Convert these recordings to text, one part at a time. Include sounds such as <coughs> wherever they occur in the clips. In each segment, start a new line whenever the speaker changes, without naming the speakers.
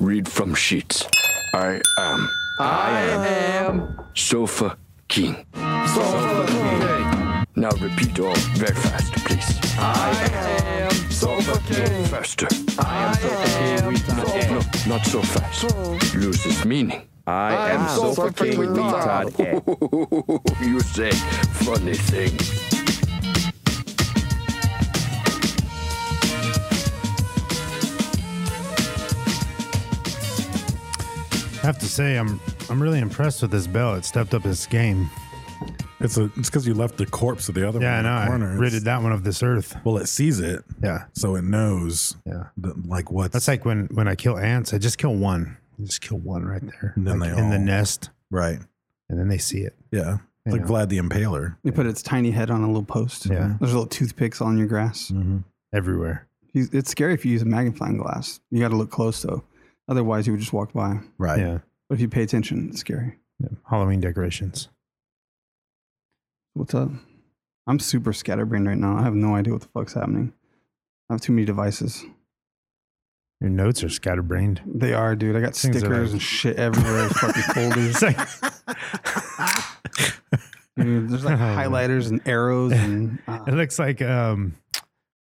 read from sheets. I am. I am. Sofa King. Sofa King. Now repeat all very fast, please. I am. Sofa King. Faster. I am Sofa King. No, no, not so fast. Loses meaning.
I am Sofa King with me, Todd. Ed.
<laughs> you say funny things.
I have to say, I'm I'm really impressed with this bell. It stepped up its game.
It's a, it's because you left the corpse of the other
Yeah, I
one
know.
in the
I
corner.
ridded that one of this earth.
Well, it sees it,
Yeah,
so it knows,
Yeah.
the, like what's
that's like when when I kill ants. I just kill one. I just kill one right there.
And then
like
they
in the
all-
nest,
right,
and then they see it.
yeah,
I
like
know.
Vlad the Impaler.
They put its tiny head on a little post.
Yeah.
There's little toothpicks on your grass.
Mm-hmm.
everywhere.
You- It's scary if you use a magnifying glass. You got to look close though. Otherwise, you would just walk by.
Right.
yeah.
But if you pay attention, it's scary.
yeah, Halloween decorations.
What's up? I'm super scatterbrained right now. I have no idea what the fuck's happening. I have too many devices.
Your notes are scatterbrained.
They are, dude. I got
Things are
stickers
like-
and shit everywhere.
<laughs>
fucking folders.
It's like,
<laughs> Dude, there's like
Oh, man.
highlighters and arrows and
<laughs>
uh,
it looks like um,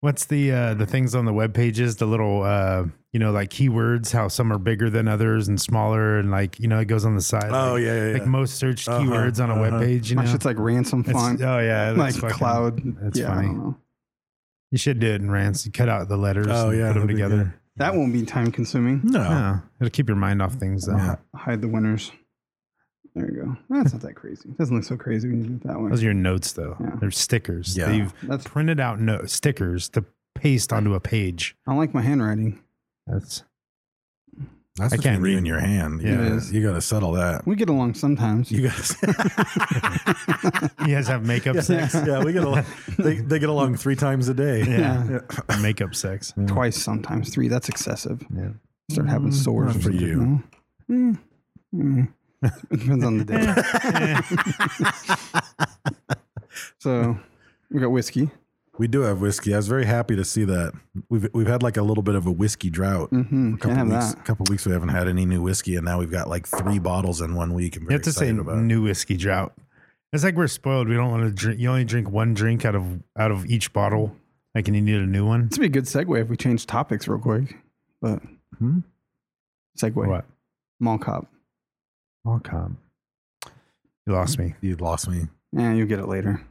what's the uh, the things on the web pages? The little uh, you know, like keywords. How some are bigger than others and smaller, and like you know, it goes on the side.
Oh,
like,
yeah, yeah,
like
yeah.
most searched
Uh-huh,
keywords on a web
uh-huh.
page. You know,
my shit's like ransom
It's-
font.
oh yeah, it
like
looks fucking-
cloud.
That's
yeah, I
funny.
don't know.
You should do it in rants. You cut out the letters.
Oh
and
yeah,
put
that'd
them
be
together.
That won't be time consuming.
good. No.
Yeah, Uh-huh. it'll keep your mind off things. Though.
Yeah.
Hide the winners. There you go. That's not that crazy. Doesn't look so crazy when you do it that way.
Those are your notes, though.
Yeah.
They're stickers.
Yeah.
They've
That's
printed out no stickers to paste onto a page.
I like my handwriting.
That's
That's
I
what
can't
you read in
read.
your hand.
Yeah.
You,
It
gotta,
is.
you gotta settle that.
We get along sometimes.
You <laughs> gotta.
you guys have makeup sex.
<laughs> yeah, we get along. They, they get along three times a day.
Yeah.
Makeup sex.
Twice, sometimes three. That's excessive.
Yeah.
Start having sores
not
or
for
something,
you.
no? Mm. Mm. Depends on the day. so we got whiskey.
We do have whiskey. I was very happy to see that. We've we've had like a little bit of a whiskey drought.
Mm-hmm.
couple
Can't have
weeks,
that.
couple weeks we haven't had any new whiskey, and now we've got like three bottles in one week. I'm
You
very
have to say
excited about. it.
new whiskey drought. It's like we're spoiled. We don't want to drink. You only drink one drink out of out of each bottle. Like, and you need a new one.
This would be a good segue if we change topics real quick. But
Hmm?
segue.
What?
Mall cop.
All calm. You lost me.
You lost me. <laughs>
Yeah, you'll get it later.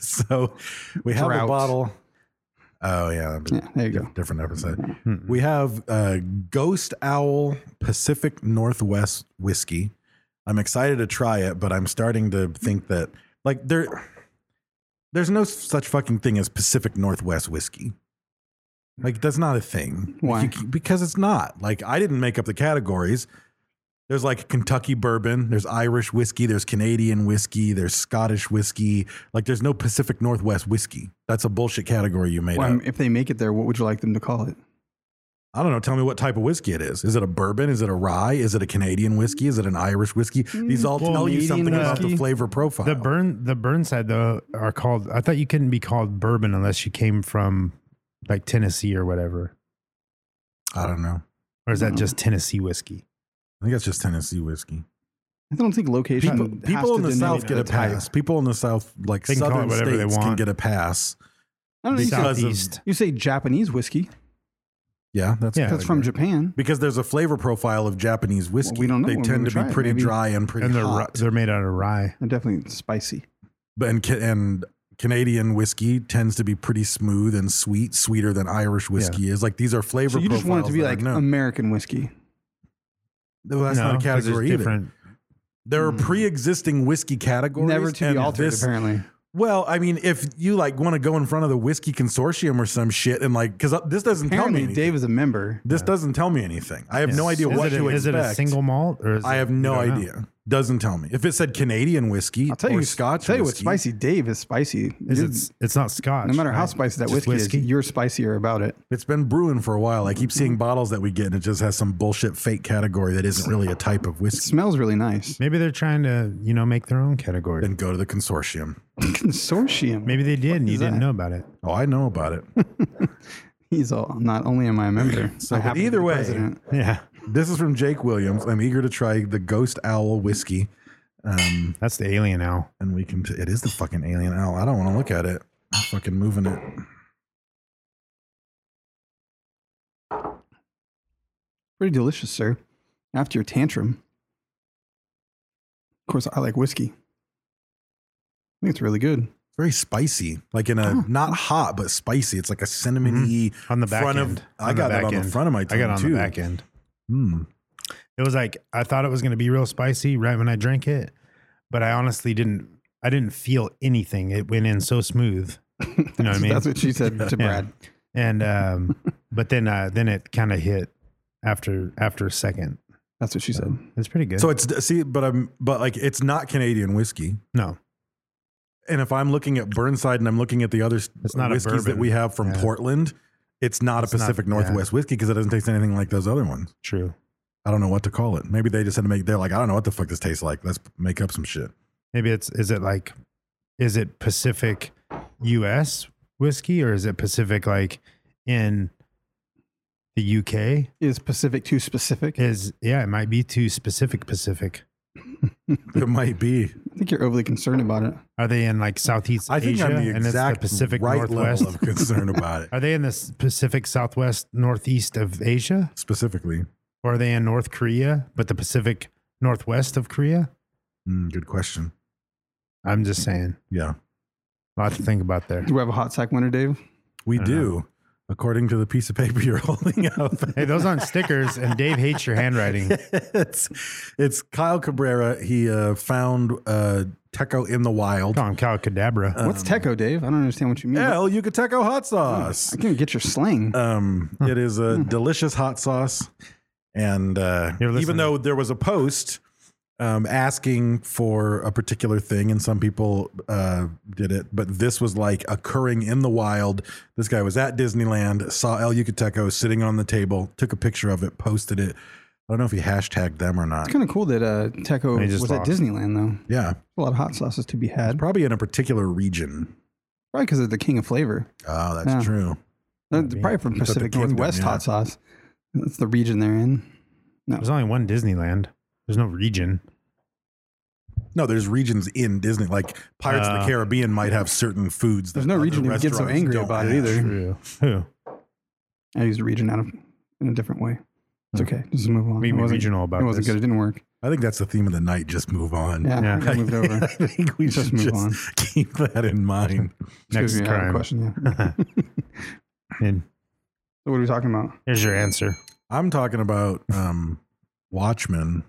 So we have
Drought.
a bottle. Oh yeah, that'd be
Yeah, there you
diff-
go. Mm-hmm.
different episode.
Mm-mm.
We have uh, Ghost Owl Pacific Northwest whiskey. I'm excited to try it, but I'm starting to think that like there, there's no such fucking thing as Pacific Northwest whiskey. Like that's not a thing.
Why?
You c- because it's not. Like I didn't make up the categories. There's like Kentucky bourbon, there's Irish whiskey, there's Canadian whiskey, there's Scottish whiskey. Like there's no Pacific Northwest whiskey. That's a bullshit category you made
Well, I
up.
mean, if they make it there, what would you like them to call it?
I don't know. Tell me what type of whiskey it is. Is it a bourbon? Is it a rye? Is it a Canadian whiskey? Is it an Irish whiskey?
Mm.
These all
Well,
tell you
Canadian
something about the
whiskey.
flavor profile.
The burn the Burnside though are called. I thought you couldn't be called bourbon unless you came from like Tennessee or whatever.
I don't know.
Or is that
No.
just Tennessee whiskey?
I think that's just Tennessee whiskey.
I don't think location.
People,
has
people
to
in the
denote
South get a
type.
pass. People in the South, like
They can call it
southern
whatever they
states, can
want.
get a pass.
I don't know, you say-
Because of-
Southeast.
You say Japanese whiskey.
Yeah, that's
Yeah.
That's from Japan.
because there's a flavor profile of Japanese whiskey.
we don't know.
They
We
tend
haven't
to
tried
be
it.
pretty
Maybe-
dry and pretty
and they're ri-
hot.
they're made out of rye.
They're definitely spicy.
But and Ca- and Canadian whiskey tends to be pretty smooth and sweet, sweeter than Irish whiskey is. Like these are flavor.
So you just want it
profiles
to be
that I
like
know.
American whiskey.
Well, that's not a
'cause there's
category either.
different- Hmm.
There are pre-existing whiskey categories.
Never to be
and
altered,
this-
apparently.
Well, I mean, if you like want to go in front of the whiskey consortium or some shit, and like, because this doesn't
Apparently,
tell me
Dave
anything.
is a member.
This doesn't tell me anything. I have no idea
is
what
it,
to
a,
expect.
is it a single malt or is
I
it-
have
you
no
don't know.
idea. Doesn't tell me. If it said Canadian whiskey
I'll tell
or
you,
Scotch,
I'll tell you what,
whiskey,
spicy Dave is spicy.
Is
Dude,
it's it's not Scotch.
no matter how
right?
spicy that
It's just
whiskey, is, you're spicier about it.
It's been brewing for a while. I keep
Mm-hmm.
seeing bottles that we get, and it just has some bullshit fake category that isn't really a type of
It
whiskey.
smells really nice.
Maybe they're trying to you know make their own category.
Then go to the consortium.
<laughs> Consortium.
Maybe they did, and you
is
didn't
that?
know about it. <laughs>
Oh, I know about it.
he's all. Not only am I a member,
So,
I
but
happen to
either
be
way-
president.
Yeah,
this is from Jake Williams. I'm eager to try the Ghost Owl whiskey,
that's the alien owl.
and we can. It is the fucking alien owl. I don't want to look at it. I'm fucking moving it.
pretty delicious, sir. After your tantrum, of course, I like whiskey. I think it's really good.
Very spicy, like in a not hot but spicy. It's like a cinnamony
Mm-hmm. On the back
front
end.
Of, I
the
got that
back
on the
end.
front of my
I
tongue
got it on
too.
the back end.
Mm.
It was like I thought it was going to be real spicy right when I drank it, but I honestly didn't. I didn't feel anything. It went in so smooth. You know what I mean?
<laughs> That's what she said to
<laughs> Yeah.
Brad.
<laughs>
and um, but then uh, then it kind of hit after after a second.
That's what she said.
It's pretty good.
So it's see, but I'm but like it's not Canadian whiskey.
no,
And if I'm looking at Burnside and I'm looking at the other s-
It's not a
whiskeys that
bourbon.
we have from
Yeah.
Portland, it's not
It's
a
not-
Pacific
yeah.
Northwest whiskey because it doesn't taste anything like those other ones.
true.
I don't know what to call it. Maybe they just had to make. They're like, I don't know what the fuck this tastes like. Let's make up some shit.
Maybe it's is it like is it Pacific US whiskey or is it Pacific like in the UK?
Is Pacific too specific?
Is yeah, it might be too specific Pacific.
It might be.
I think you're overly concerned about it.
Are they in like Southeast
I think
Asia
I'm the
and it's the
exact
Pacific
right <laughs>
Northwest?
level of concern about it
Are they in the s- Pacific Southwest Northeast of Asia?
specifically.
Or are they in North Korea, but the Pacific Northwest of Korea?
Mm, good question.
I'm just saying.
Yeah,
A lot to think about there.
Do we have a hot sack winner, Dave?
we do. According to the piece of paper you're <laughs> holding up,
<laughs> Hey, those aren't stickers, and Dave hates your handwriting.
<laughs> it's it's Kyle Cabrera. He uh, found uh, Teco in the wild.
Call him Cal Cadabra.
Uh,
What's Teco, Dave? I don't understand what you mean.
El Yucateco hot sauce.
I can't get your slang.
uh,
Um, it is
Hmm.
a delicious hot sauce, and uh,
Here, listen.
even though there was a post um, asking for a particular thing, and some people uh, did it, but this was like occurring in the wild. This guy was at Disneyland, saw El Yucateco sitting on the table, took a picture of it, posted it. I don't know if he hashtagged them or not.
it's kind of cool that uh, Teco
They
was
just
at
lost.
Disneyland, though.
Yeah,
A lot of hot sauces to be had.
probably in a particular region.
Probably because of the king of flavor.
Oh, that's
Yeah.
true.
That's probably from
But the
Pacific
kingdom,
Northwest
yeah.
hot sauce. That's the region they're in.
There's only one Disneyland. There's no region.
No, there's regions in Disney, like Pirates of the
Uh,
Caribbean might have certain foods.
There's
that
no
other
region to get so
restaurants
angry
don't
about
have.
it either.
True. Who?
I used region out of in a different way. It's okay. Just move on.
Be
It wasn't-
Hmm. regional about
It wasn't
this.
good. It didn't work.
I think that's the theme of the night. Just move on.
Yeah,
Yeah.
I
<laughs>
moved over.
<laughs> I think we
Just
should
move
just
on.
<laughs> keep that in mind.
Next
Excuse me, I have a
crime.
question. Yeah.
<laughs> And
So what are we talking about?
here's your answer.
I'm talking about um, Watchmen.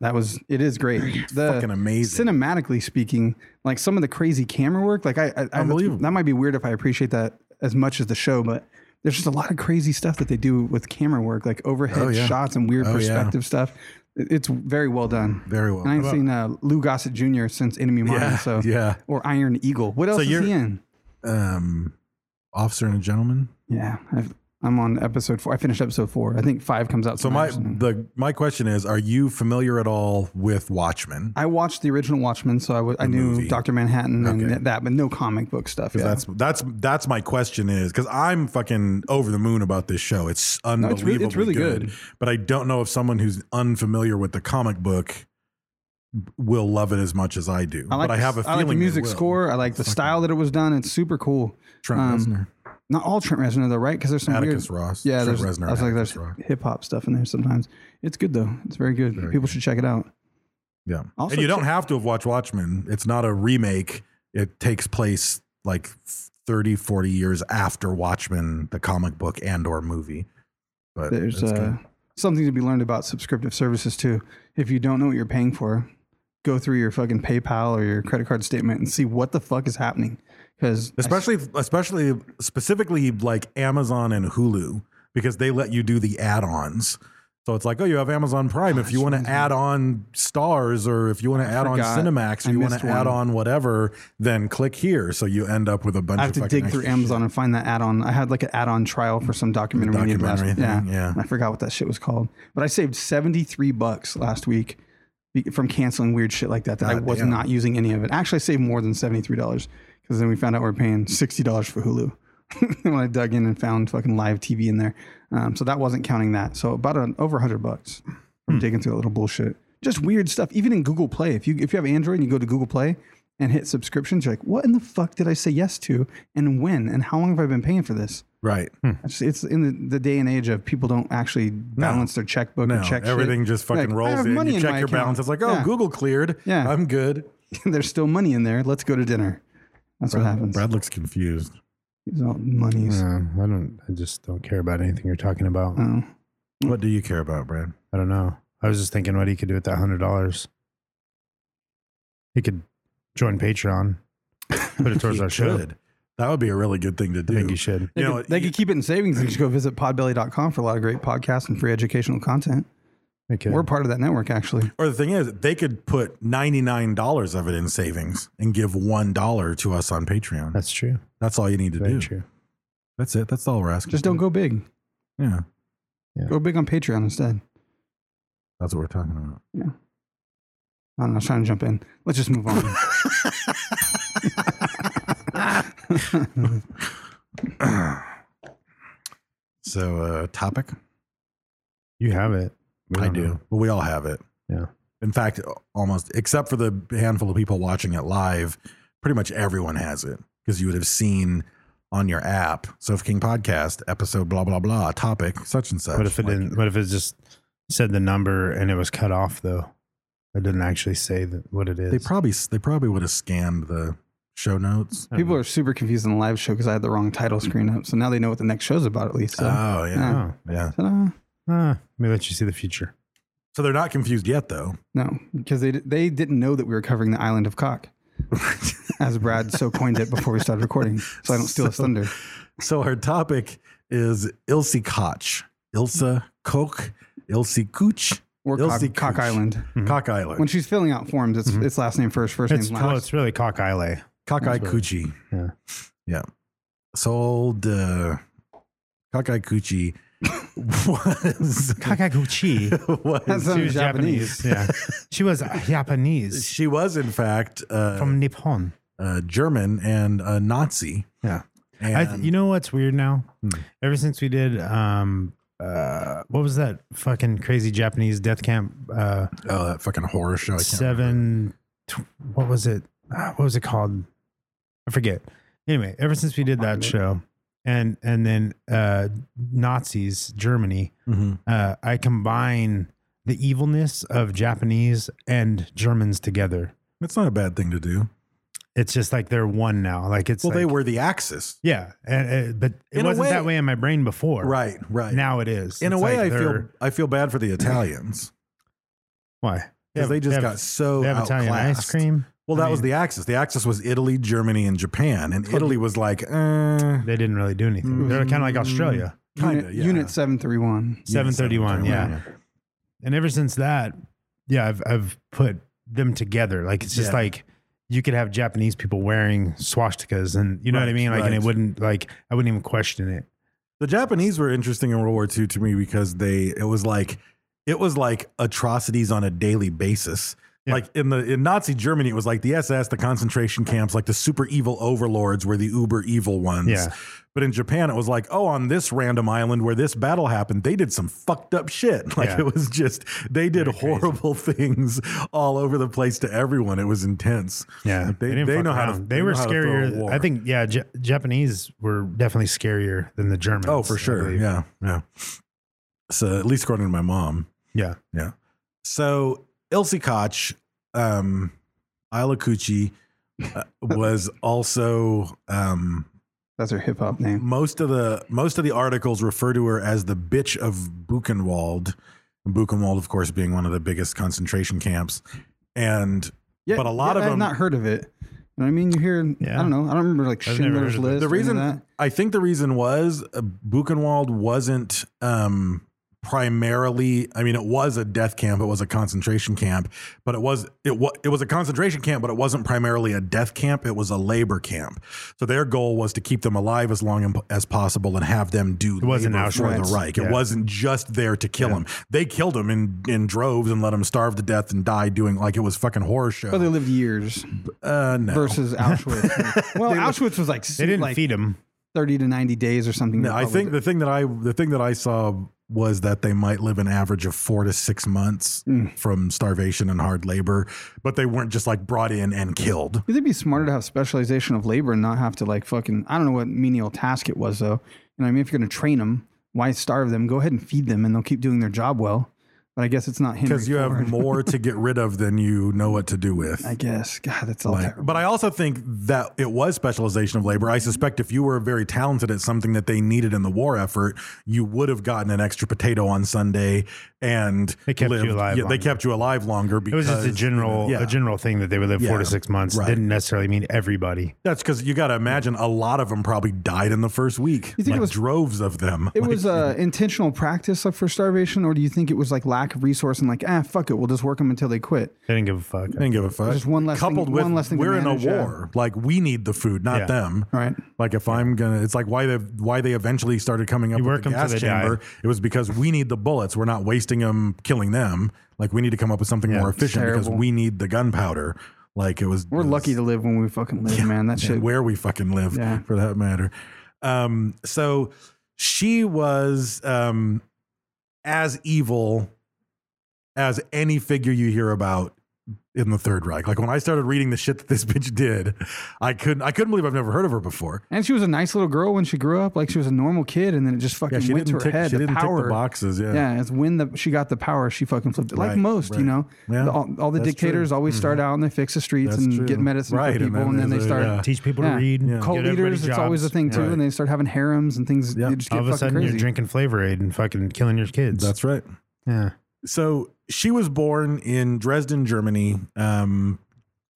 That was it is great. The
Fucking amazing.
Cinematically speaking, like some of the crazy camera work, like I, I- I
Unbelievable.
That might be weird if I appreciate that as much as the show, but there's just a lot of crazy stuff that they do with camera work, like overhead
Oh, yeah.
shots and weird
Oh, yeah.
perspective stuff. It- It's very well done.
Very well.
And I ain't seen uh, Lou Gossett Jr. since Enemy Mine,
Yeah,
so
yeah.
or Iron Eagle. What else is
you're-
he in?
Um, Officer and a Gentleman.
Yeah, I've, I'm on episode four. I finished episode four. I think five comes out.
So my
tonight or something.
the my question is: Are you familiar at all with Watchmen?
I watched the original Watchmen, so I wa- I knew
movie.
Doctor Manhattan and
Okay.
th- that, but no comic book stuff. Yeah.
That's that's that's my question is because I'm fucking over the moon about this show. It's
it's
unbelievably
re- it's really
good,
good.
but I don't know if someone who's unfamiliar with the comic book will love it as much as I do. but I
the-
have a
I
feeling
like the
they
music
will.
score. I like the style that it was done. It's super cool.
Trent
Um,
Reznor,
Not all Trent Reznor though, right? Because there's some
Atticus
weird,
Ross,
Yeah,
Trent
there's.
Reznor,
I was like,
Atticus
there's
Ross.
hip hop stuff in there sometimes. It's good though. It's very good. People should check it out.
yeah.
Also
and you don't
check-
have to have watched Watchmen. It's not a remake. It takes place like 30, 40 years after Watchmen, the comic book and or movie. But
There's
it's
uh,
good.
something to be learned about subscriptive services too. If you don't know what you're paying for, go through your fucking PayPal or your credit card statement and see what the fuck is happening. Because
especially especially specifically like Amazon and Hulu because they let you do the add-ons. So it's like, oh, you have Amazon Prime. if you want to add on stars, or if you want to add on
forgot.
Cinemax, or
I
you want
missed
to add
one.
on whatever, then click here. So you end up with a bunch.
I have
of
to
fucking
dig through
extra
Amazon and find that add-on. I had like an add-on trial for some documentary, we
Documentary
did last.
thing, yeah.
I forgot what that shit was called, but I saved seventy-three bucks last week be- from canceling weird shit like that that I
God
was
damn.
not using any of it. Actually, I saved more than seventy-three dollars because then we found out we were paying sixty dollars for Hulu. <laughs> when I dug in and found fucking live TV in there, um, so that wasn't counting that. So about an, over hundred bucks
Hmm.
from digging through a little bullshit. Just weird stuff. Even in Google Play, if you if you have Android and you go to Google Play and hit subscriptions, you're like, what in the fuck did I say yes to, and when, and how long have I been paying for this?
Right.
It's, it's in the, the day and age of people don't actually balance their checkbook
No,
and check shit.
everything just
Like,
fucking
I
rolls
have
in.
money
you check
my
your
account.
balance. It's like, oh,
Yeah.
Google cleared.
Yeah.
I'm good.
<laughs> There's still money in there. Let's go to dinner. That's what happens.
Brad looks confused.
It's all monies.
Uh, I don't. I just don't care about anything you're talking about.
Oh.
What do you care about, Brad?
I don't know. I was just thinking what he could do with that hundred dollars. He could
<laughs>
join Patreon, put it towards
He
our show.
could. That would be a really good thing to do.
I think you should.
They,
You know,
could, they could keep it in savings and just go visit podbelly.com for a lot of great podcasts and free educational content.
I could.
We're part of that network, actually.
Or the thing is, they could put ninety nine dollars of it in savings and give one dollar to us on Patreon. That's,
That's true.
all you need to
Very
do.
true.
That's it. That's all we're asking.
Just don't go big.
Yeah,
Go big on Patreon instead.
that's what we're talking about.
I don't know. I was trying to jump in. Let's just move
<laughs>
on.
So, uh, topic.
You have it. We
I
don't
do.
know.
Well, we all have it.
Yeah.
In fact, almost except for the handful of people watching it live, pretty much everyone has it because you would have seen on your app. So, if King Podcast episode blah blah blah topic such and such.
What if it
Like,
didn't? What if it just said the number and it was cut off though? It didn't actually say that what it is.
They probably they probably would have scanned the show notes.
People are super confused in the live show because I had the wrong title screen up. So now they know what the next show's about, at least. So,
Oh yeah.
Oh,
Yeah.
ta-da.
ah, maybe let you see the future.
So they're not confused yet, though.
No, because they they didn't know that we were covering the island
<laughs>
of cock, as Brad so coined it before we started recording. So I don't steal his thunder.
So our topic is Ilse Koch, Ilse Koch, Ilse Kuch,
Or cock,
Ilse
cock
Kuch.
Island.
Mm-hmm.
Cock Island,
When she's filling out forms, it's
Mm-hmm.
it's last name first, first
It's
name
well,
last.
it's really cock eyelay.
Cockeye Coochie.
Yeah.
Yeah. So old uh, Cockeye
<laughs>
Coochie was
Kakaguchi.
That
was
sounds Japanese.
yeah,
<laughs>
she was Japanese
she was in fact uh,
from Nippon.
uh, German and a Nazi.
Yeah.
And Hmm.
I, you know what's weird now? Ever since we did, um, uh, what was that fucking crazy Japanese death camp? Uh,
oh, that fucking horror show. I can't
seven, tw- what was it? Uh, What was it called? I forget. Anyway, ever since we did that show, and and then uh, Nazis Germany,
mm-hmm.
uh, I combine the evilness of Japanese and Germans together.
That's not a bad thing to do.
It's just like they're one now. Like it's
Well, they
like-
were the Axis.
yeah, and, uh, but it
In a
wasn't that
way-
way in my brain before,
Right, right.
Now it is.
in a
It's
way,
like
I feel
they're-
I feel bad for the Italians
why
because they just got so
they have Italian ice
outclassed.
cream.
Well,
I
that was
mean,
the Axis. The Axis was Italy, Germany, and Japan, and Italy was like, uh,
They didn't really do anything. They're kind of like
Mm-hmm.
Australia,
kinda,
unit,
yeah.
unit seven three one.
seven thirty one. Yeah.
731,
and ever since that, yeah, I've I've put them together. Like it's just
Yeah.
like you could have Japanese people wearing swastikas, and you know what I
Right,
mean. Like, and
right.
it wouldn't like I wouldn't even question it.
The Japanese were interesting in World War II to me because they it was like it was like atrocities on a daily basis.
Yeah.
Like in the in Nazi Germany, it was like the SS, the concentration camps, like the super evil overlords were the uber evil ones.
Yeah.
But in Japan, it was like, oh, on this random island where this battle happened, they did some fucked up shit. <laughs> Like
Yeah.
it was just they did horrible <laughs> things all over the place to everyone. It was intense.
Yeah,
they, they,
didn't fuck
know how to.
around. They, were
know how to throw a
scarier.
war.
I think. Yeah, J- Japanese were definitely scarier than the Germans.
Oh, for
I
sure.
believe.
Yeah, yeah. So at least according to my mom.
yeah.
Yeah. So Ilse Koch, um, Isla Cucci,
<laughs>
uh, was also um,
That's her hip hop name.
most of the most of the articles refer to her as the bitch of Buchenwald. Buchenwald, of course, being one of the biggest concentration camps. and
Yeah,
but a lot
yeah,
of
I've
them.
not heard of it. You know what I mean? You hear,
Yeah.
I don't know. I don't remember like
I've never heard
Schindler's
of it.
List.
the
or any of
reason
that.
I think the reason was uh, Buchenwald wasn't um, primarily. I mean, it was a death camp. It was a concentration camp, but it was it was it was a concentration camp, but it wasn't primarily a death camp. It was a labor camp. So their goal was to keep them alive as long im- as possible and have them do
It wasn't
labor for the
Auschwitz.
Reich.
Yeah.
It wasn't just there to kill them. They killed them in in droves and let them starve to death and die doing like it was fucking horror show.
But Oh, they lived years
uh, no.
versus
<laughs>
Auschwitz. well, Auschwitz was like
They didn't
like
feed him.
30 to 90 days or something.
No, I
Probably
think the thing that I the thing that I saw was that they might live an average of four to six months from starvation and hard labor, but they weren't just like brought in and killed.
It'd be smarter to have specialization of labor and not have to like fucking. I don't know what menial task it was though. You know, what I mean, if you're gonna train them, why starve them? Go ahead and feed them, and they'll keep doing their job well. But I guess it's not him
Because you have
<laughs>
more to get rid of than you know what to do with.
I guess God, that's all.
Like,
terrible.
but I also think that it was specialization of labor. I suspect if you were very talented at something that they needed in the war effort, you would have gotten an extra potato on Sunday and
They kept you alive
Yeah, they
longer.
kept you alive longer
It was
because
just a general
yeah.
a general thing that they would live four
Yeah.
to six months.
Right.
Didn't necessarily mean everybody.
That's because you got to imagine a lot of them probably died in the first week.
You think it
like
was-
droves of them?
it
Like,
was uh, intentional practice of- for starvation, or do you think it was like lack of resource and like ah fuck it, we'll just work them until they quit?
They didn't give a fuck.
I didn't give a fuck.
Just one less thing-
Coupled with
one less thing to
we're in a
manage, yeah.
war. Like we need the food, not
Yeah.
them.
Right.
Like if I'm gonna, it's like why they why they eventually started coming up
You
with
work
the
'em till
gas
they die.
chamber. It was because we need the bullets. We're not wasting them, killing them. Like we need to come up with something more efficient because
terrible.
we need the gunpowder. Like it was.
We're
it was-
lucky to live when we fucking live, man. That shit.
and where we fucking live
Yeah.
for that matter. Um, so she was um, as evil as any figure you hear about in the Third Reich. Like when I started reading the shit that this <laughs> bitch did, I couldn't I couldn't believe I've never heard of her before.
and she was a nice little girl when she grew up. Like she was a normal kid, and then it just fucking
Yeah, she
went to
didn't
her
tick,
head.
she
the
didn't tick
power
the boxes. Yeah.
Yeah, it's when the she got the power, she fucking flipped it. Like
Right,
most, you
right.
know,
Yeah,
The- all, all the
that's
dictators
true. Mm-hmm.
always start out and they fix the streets
That's
and
true.
get medicine
Right,
for
and
people,
then
and then they
there's a-
start
yeah.
Teach people
Yeah.
to read.
Yeah.
get
cult
everybody
leaders. It's
jobs.
always a thing too,
Right.
and they start having harems and things.
Yeah.
They just get
All of a
fucking
sudden,
crazy.
you're drinking Flavor Aid and fucking killing your kids.
That's right.
yeah.
so she was born in Dresden, Germany. Um,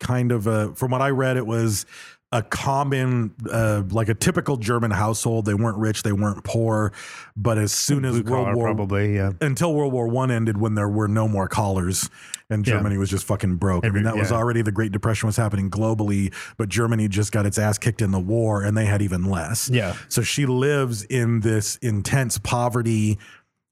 kind of a, from what I read, it was a common, uh, like a typical German household. They weren't rich, they weren't poor, but as soon as
Blue collar,
World War
probably. Yeah.
until World War One ended, when there were no more collars and
Yeah.
Germany was just fucking broke.
Every-
I mean, that was
yeah.
already the Great Depression was happening globally, but Germany just got its ass kicked in the war, and they had even less.
Yeah.
So she lives in this intense poverty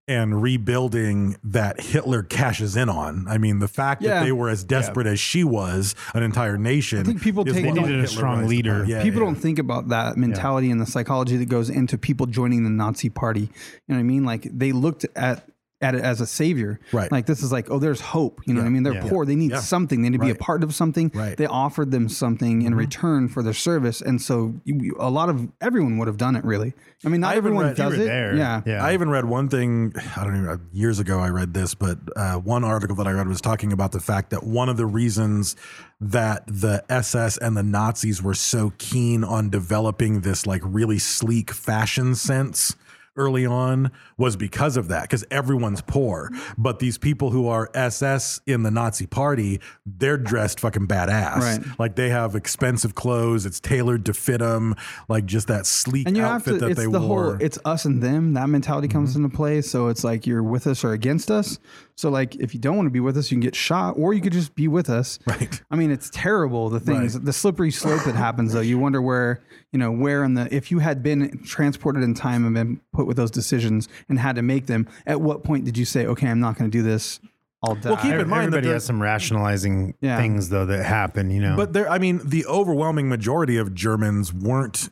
and rebuilding that Hitler cashes in on. I mean, the fact
Yeah.
that they were as desperate as she was, an entire nation. I
think people take- They needed
a strong leader.
people don't think about that mentality and the psychology that goes into people joining the Nazi party. You know what I mean? Like they looked at at it as a savior.
Right.
Like this is like, oh, there's hope. You know what I mean? They're
Yeah.
poor. They need
Yeah.
something. They need to be a
Right.
part of something.
Right. Mm-hmm.
They offered them something in return for their service. And so you, you- a lot of everyone would have done it really. I mean, not
I even
everyone
read- you
does
were
it.
there.
Yeah.
Yeah.
I even read one thing, <sighs> I don't even, uh, years ago I read this, but uh, one article that I read was talking about the fact that one of the reasons that the SS and the Nazis were so keen on developing this like really sleek fashion sense early on was because of that because everyone's poor but these people who are ss in the nazi party they're dressed fucking badass
Right.
like they have expensive clothes it's tailored to fit them like just that sleek
and you have
outfit
to.
that
It's
they
the
wore Mm-hmm.
whole. It's us and them. That mentality comes into play. So it's like you're with us or against us. So like if you don't want to be with us, you can get shot, or you could just be with us.
Right.
I mean, it's terrible the things,
Right.
the slippery slope that happens. Though you wonder where you know where in the if you had been transported in time and been put with those decisions and had to make them, at what point did you say, okay, I'm not going to do this? I'll die.
Well, keep in mind that
Everybody
there-
has some rationalizing
Yeah.
things though that happen. You know.
But there, I mean, the overwhelming majority of Germans weren't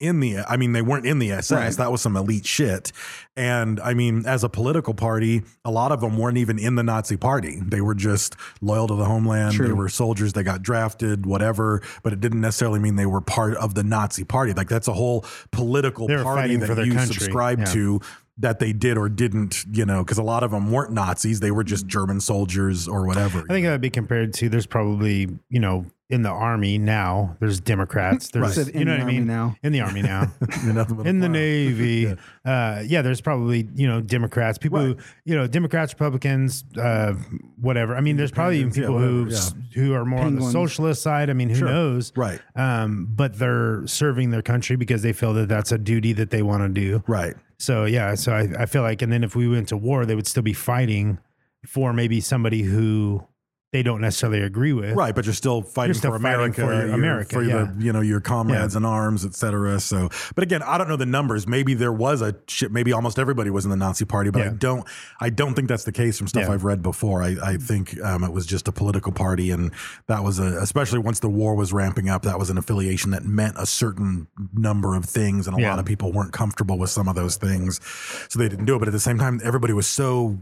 in the. I mean, they weren't in the SS.
Right.
That was some elite shit. And I mean, as a political party, a lot of them weren't even in the Nazi party. They were just loyal to the homeland. They
True.
were soldiers. They got drafted, whatever. But it didn't necessarily mean they were part of the Nazi party. Like that's a whole political
They were
party
fighting
that
for their
you
country.
subscribe
Yeah.
to. That they did or didn't, you know, because a lot of them weren't Nazis. They were just German soldiers or whatever.
I think that would be compared to there's probably, you know, in the army now. There's
<laughs>
Democrats. There's
Said in
you know
the
what I
army
mean
now.
in the army
<laughs>
now.
Nothing but a
in
<laughs>
the
plow.
Navy, uh, yeah, there's probably you know Democrats, people who
Right.
you know Democrats, Republicans, uh, whatever. I mean, there's probably even people who
Independents, yeah,
who are more on the
Penguins.
socialist side. I mean, who knows,
Right.
Um, but they're serving their country because they feel that that's a duty that they want to do.
Right.
So yeah, so I, I feel like, and then if we went to war, they would still be fighting for maybe somebody who they don't necessarily agree with.
Right, but you're still fighting
still
for
fighting
America,
for your
your-
America,
for
yeah.
the, you know your comrades in arms, et cetera. So, but again, I don't know the numbers. Maybe there was a shit. Maybe almost everybody was in the Nazi Party, but I
Yeah.
don't. I don't think that's the case from stuff
Yeah.
I've read before. I, I think um, it was just a political party, and that was a, especially once the war was ramping up, that was an affiliation that meant a certain number of things, and a
Yeah.
lot of people weren't comfortable with some of those things, so they didn't do it. But at the same time, everybody was so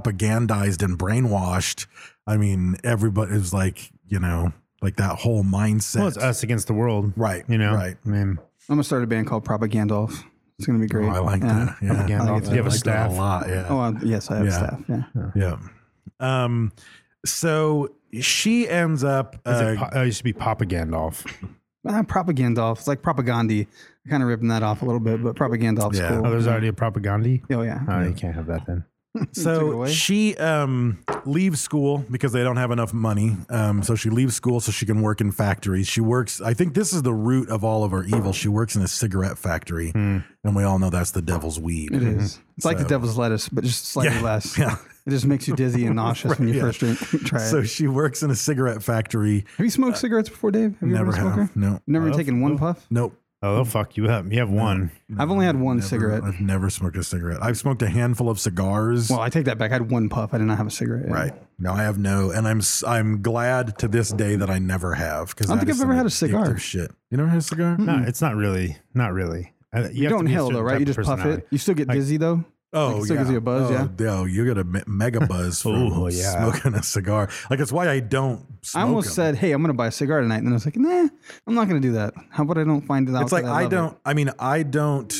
propagandized and brainwashed. I mean, everybody it was like, you know, like that whole mindset.
Well, it's us against the world.
Right,
You know.
right.
I mean,
I'm gonna start a band called Propagandolf. It's gonna be
Oh,
great.
I like that. Yeah.
again,
I
do
like
you have a
I like that
staff?
a lot. Yeah.
Oh, I- yes, I have
Yeah.
staff. Yeah.
yeah. Um, so she ends up.
Is
Uh,
it, po- oh, it used to be Papa Gandalf.
Ah, Propagandolf. It's like propaganda. Kind of ripping that off a little bit, but Propagandolf's
Yeah.
cool.
Oh, there's already a propaganda.
Oh yeah.
Oh, you can't have that then.
Took it
so
away.
she um, leaves school because they don't have enough money. Um, so she leaves school so she can work in factories. She works. I think this is the root of all of her evil. She works in a cigarette factory,
Hmm.
and we all know that's the devil's weed.
It
Mm-hmm.
is. It's like the
Mm-hmm. So-
devil's lettuce, but just slightly
Yeah, <laughs>
less.
yeah.
It just makes you
<laughs>
dizzy and nauseous when you
yeah.
first drink, <laughs> try
So
it.
she works in a cigarette factory.
Have you smoked cigarettes before, Dave? Have you
Never
ever been a smoker?
have. No.
You've never
I've-
taken one puff?
Nope.
Oh, they'll fuck you up. You have one.
I've only had one
Never-
cigarette.
I've never smoked a cigarette. I've smoked a handful of cigars.
Well, I take that back. I had one puff. I did not have a cigarette.
right. No, I have no, and I'm s- I'm glad to this day that I never have because
I don't think I've ever had a cigar.
Shit, you never had a cigar?
No, it's not really. Not really. Uh,
You,
have to
don't
be a
inhale
certain
though,
type
right? You
of
just puff it.
personality.
You still get dizzy though.
Oh,
Like, it
yeah.
still gives you a buzz,
oh,
yeah?
no, you get a me- mega
<laughs>
buzz from
Oh, yeah.
smoking a cigar. Like it's why I don't. Smoke
I almost
'em.
said, "Hey, I'm going to buy a cigar tonight," and then I was like, "Nah, I'm not going to do that. How about I don't find it out?"
It's like
'cause
I,
love it?
don't. I mean, I don't.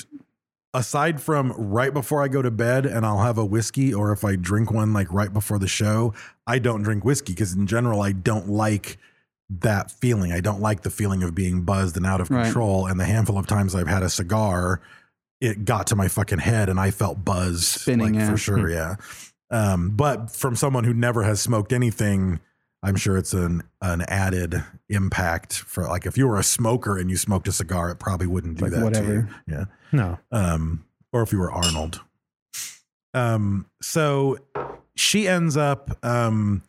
Aside from right before I go to bed, and I'll have a whiskey, or if I drink one like right before the show, I don't drink whiskey because in general I don't like that feeling. I don't like the feeling of being buzzed and out of
Right.
control. And the handful of times I've had a cigar, it got to my fucking head, and I felt buzzed,
Spinning,
like,
yeah. Hmm.
for sure, yeah. Um, but from someone who never has smoked anything, I'm sure it's an an added impact for like if you were a smoker and you smoked a cigar, it probably wouldn't do
Like,
that
whatever.
to you. Yeah.
No.
Um, or if you were Arnold. Um, so she ends up um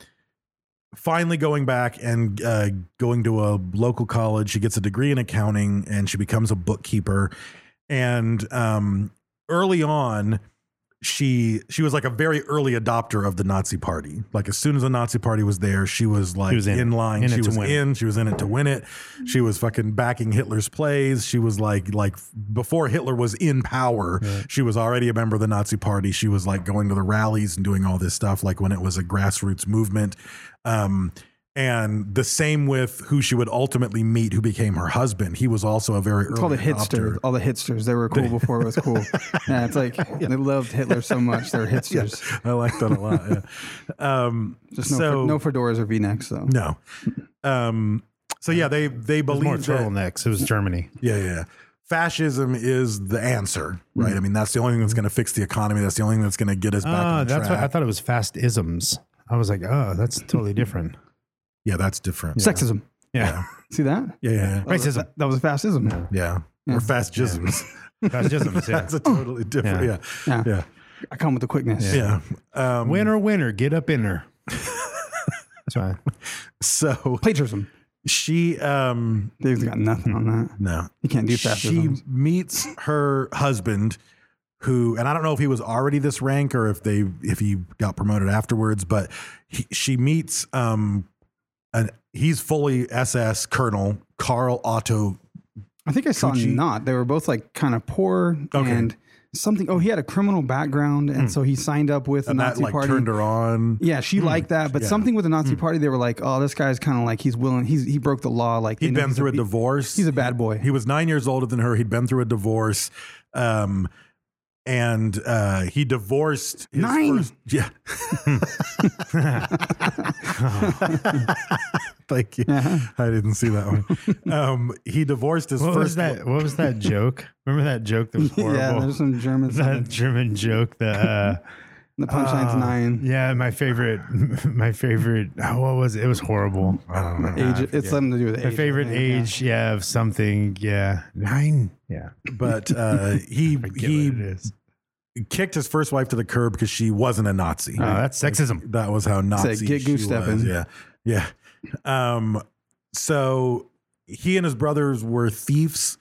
finally going back and uh, going to a local college. She gets a degree in accounting and she becomes a bookkeeper. And um, early on, she she was like a very early adopter of the Nazi Party. Like as soon as the Nazi Party was there, she was like
She was in
in
it.
line.
In it
she
to
was
win it.
in. She was in it to win it. She was fucking backing Hitler's plays. She was like like before Hitler was in power, she was already a member of the Nazi Party. She was like going to the rallies and doing all this stuff. Like when it was a grassroots movement. Um, and the same with who she would ultimately meet, who became her husband. He was also a very
It's
early
called the hitster.
adopter.
All the hitsters. They were
<laughs>
cool before it was cool. yeah, it's like they loved Hitler so
<laughs>
much. They're hitsters.
I like that a lot.
<laughs>
Yeah. Um,
Just no,
so,
no fedoras or V-necks though.
no. Um, so yeah, they they
It was more
believe that,
turtlenecks. It was Germany.
yeah, yeah, yeah. Fascism is the answer, right? I mean, that's the only thing that's going to fix the economy. That's the only thing that's going to get us back.
Mm-hmm. Ah,
on
that's
track.
what I thought it was fast isms. I was like, oh, that's totally different.
Yeah, that's different.
Sexism.
Yeah.
<laughs> See that?
Yeah, yeah, yeah.
Racism.
<laughs> That was a fascism.
yeah. Or
<laughs>
fascisms.
Fast isms.
<laughs>
Yeah.
<laughs> that's a totally different. Yeah, yeah,
Yeah.
Yeah.
yeah.
I come with the quickness.
Um,
Winner, winner, get up in
<laughs>
her. That's right.
so <laughs>
Plagiarism.
she um
Dave's got nothing on that.
No,
You can't do
She
fascisms.
meets her husband, who, and I don't know if he was already this rank or if they if he got promoted afterwards, but he, she meets um, an he's fully SS Colonel Carl Otto.
I think I saw
Coochie.
not. They were both like kind of poor
Okay. Hmm.
and something. Oh, he had a criminal background, and so he signed up with the
And that
Nazi
like
party.
turned her on.
Yeah, she liked that, but
Hmm. Yeah. Hmm.
something with the Nazi party, they were like, "Oh, this guy's kind of like he's willing. He's he broke the law. Like they
He'd
know
been
he's
through a
be-
divorce.
He's a bad boy.
He was nine years older than her. He'd been through a divorce. Um, and uh, he divorced his
Nine?
first- yeah. <laughs> Thank you. I didn't see that one. Um, he divorced his
Uh-huh. What was
first.
that? What was that joke? Remember that joke that was horrible?
<laughs> <laughs> yeah, there's some
<laughs>
German.
was <laughs> that
stuff.
German joke that uh,
The punchline's
uh,
nine.
Yeah, my favorite. <laughs> My favorite. oh, what was it? It was horrible.
Ah, I don't know.
Age, it's something to do with age.
My
I
favorite
think, yeah. <laughs>
age, yeah. of something, yeah, nine, yeah.
But
<laughs>
uh, he
Forget
he
what it is.
kicked his first wife to the curb because she wasn't a Nazi.
Oh, that's sexism.
That was how Nazi
get
she
goose stepping.
was. Yeah, yeah. Um, so he and his brothers were thieves,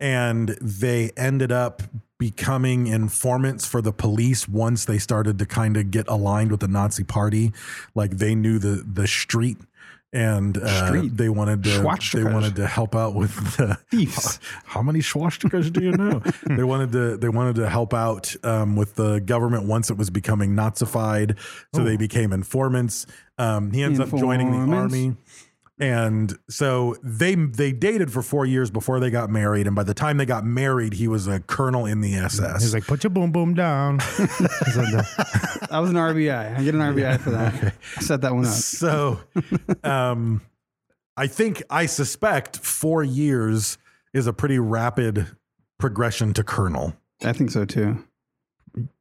and they ended up becoming informants for the police once they started to kind of get aligned with the Nazi party. Like they knew the the street. And uh,
Street.
they wanted to they
Schwarzstrikers.
wanted to help out with the
Thieves.
how many swastikas do you
<laughs>
know? they wanted to they wanted to help out um, with the government once it was becoming Nazified, so
Oh.
they became informants. Um, he ends up joining the
Informants.
army, and so they they dated for four years before they got married. And by the time they got married, he was a colonel in the SS.
He's like, put your boom boom
<laughs>
down. <laughs> He's like,
That was an RBI. I get an RBI for
<laughs>
that. I set that one up.
so um i think i suspect four years is a pretty rapid progression to colonel
I think so too.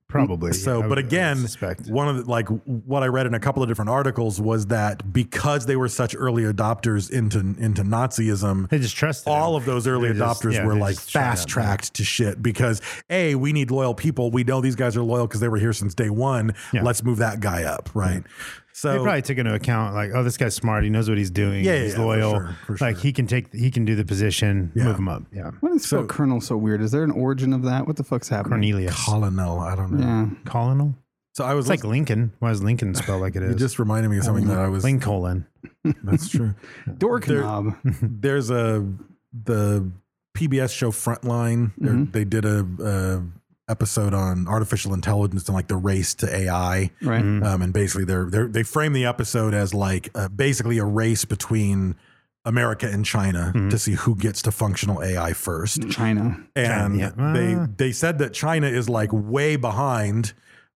Probably. I
so
would-
but
I would
again
suspect.
one of the, like what i read in a couple of different articles was that because they were such early adopters into into nazism
They just trusted him.
all of those early
They just-
adopters
yeah,
were
they
like
just tried
fast
out.
tracked to shit because a we need loyal people we know these guys are loyal because they were here since day one
Yeah.
let's move that guy up right so
they probably took into account like, oh, this guy's smart. He knows what he's doing.
Yeah,
he's
yeah, for
loyal.
sure, for
like
sure.
he can take, he can do the position,
Yeah.
move him up. Yeah,
What is so,
So-
Colonel so weird? Is there an origin of that? What the fuck's happening?
Cornelius,
colonel i don't know
Yeah.
colonel.
so i was
It's like Lincoln. Why is Lincoln spelled like it is?
You just reminded me of something that I was.
Lincoln.
That's true.
Dork
There- <laughs>
knob.
There's a the PBS show Frontline. They're They did a, a episode on artificial intelligence and like the race to AI.
Right.
Um, and basically, they're, they're they frame the episode as like uh, basically a race between America and China to see who gets to functional AI first.
China.
and
China, yeah. Ah.
they they said that China is like way behind,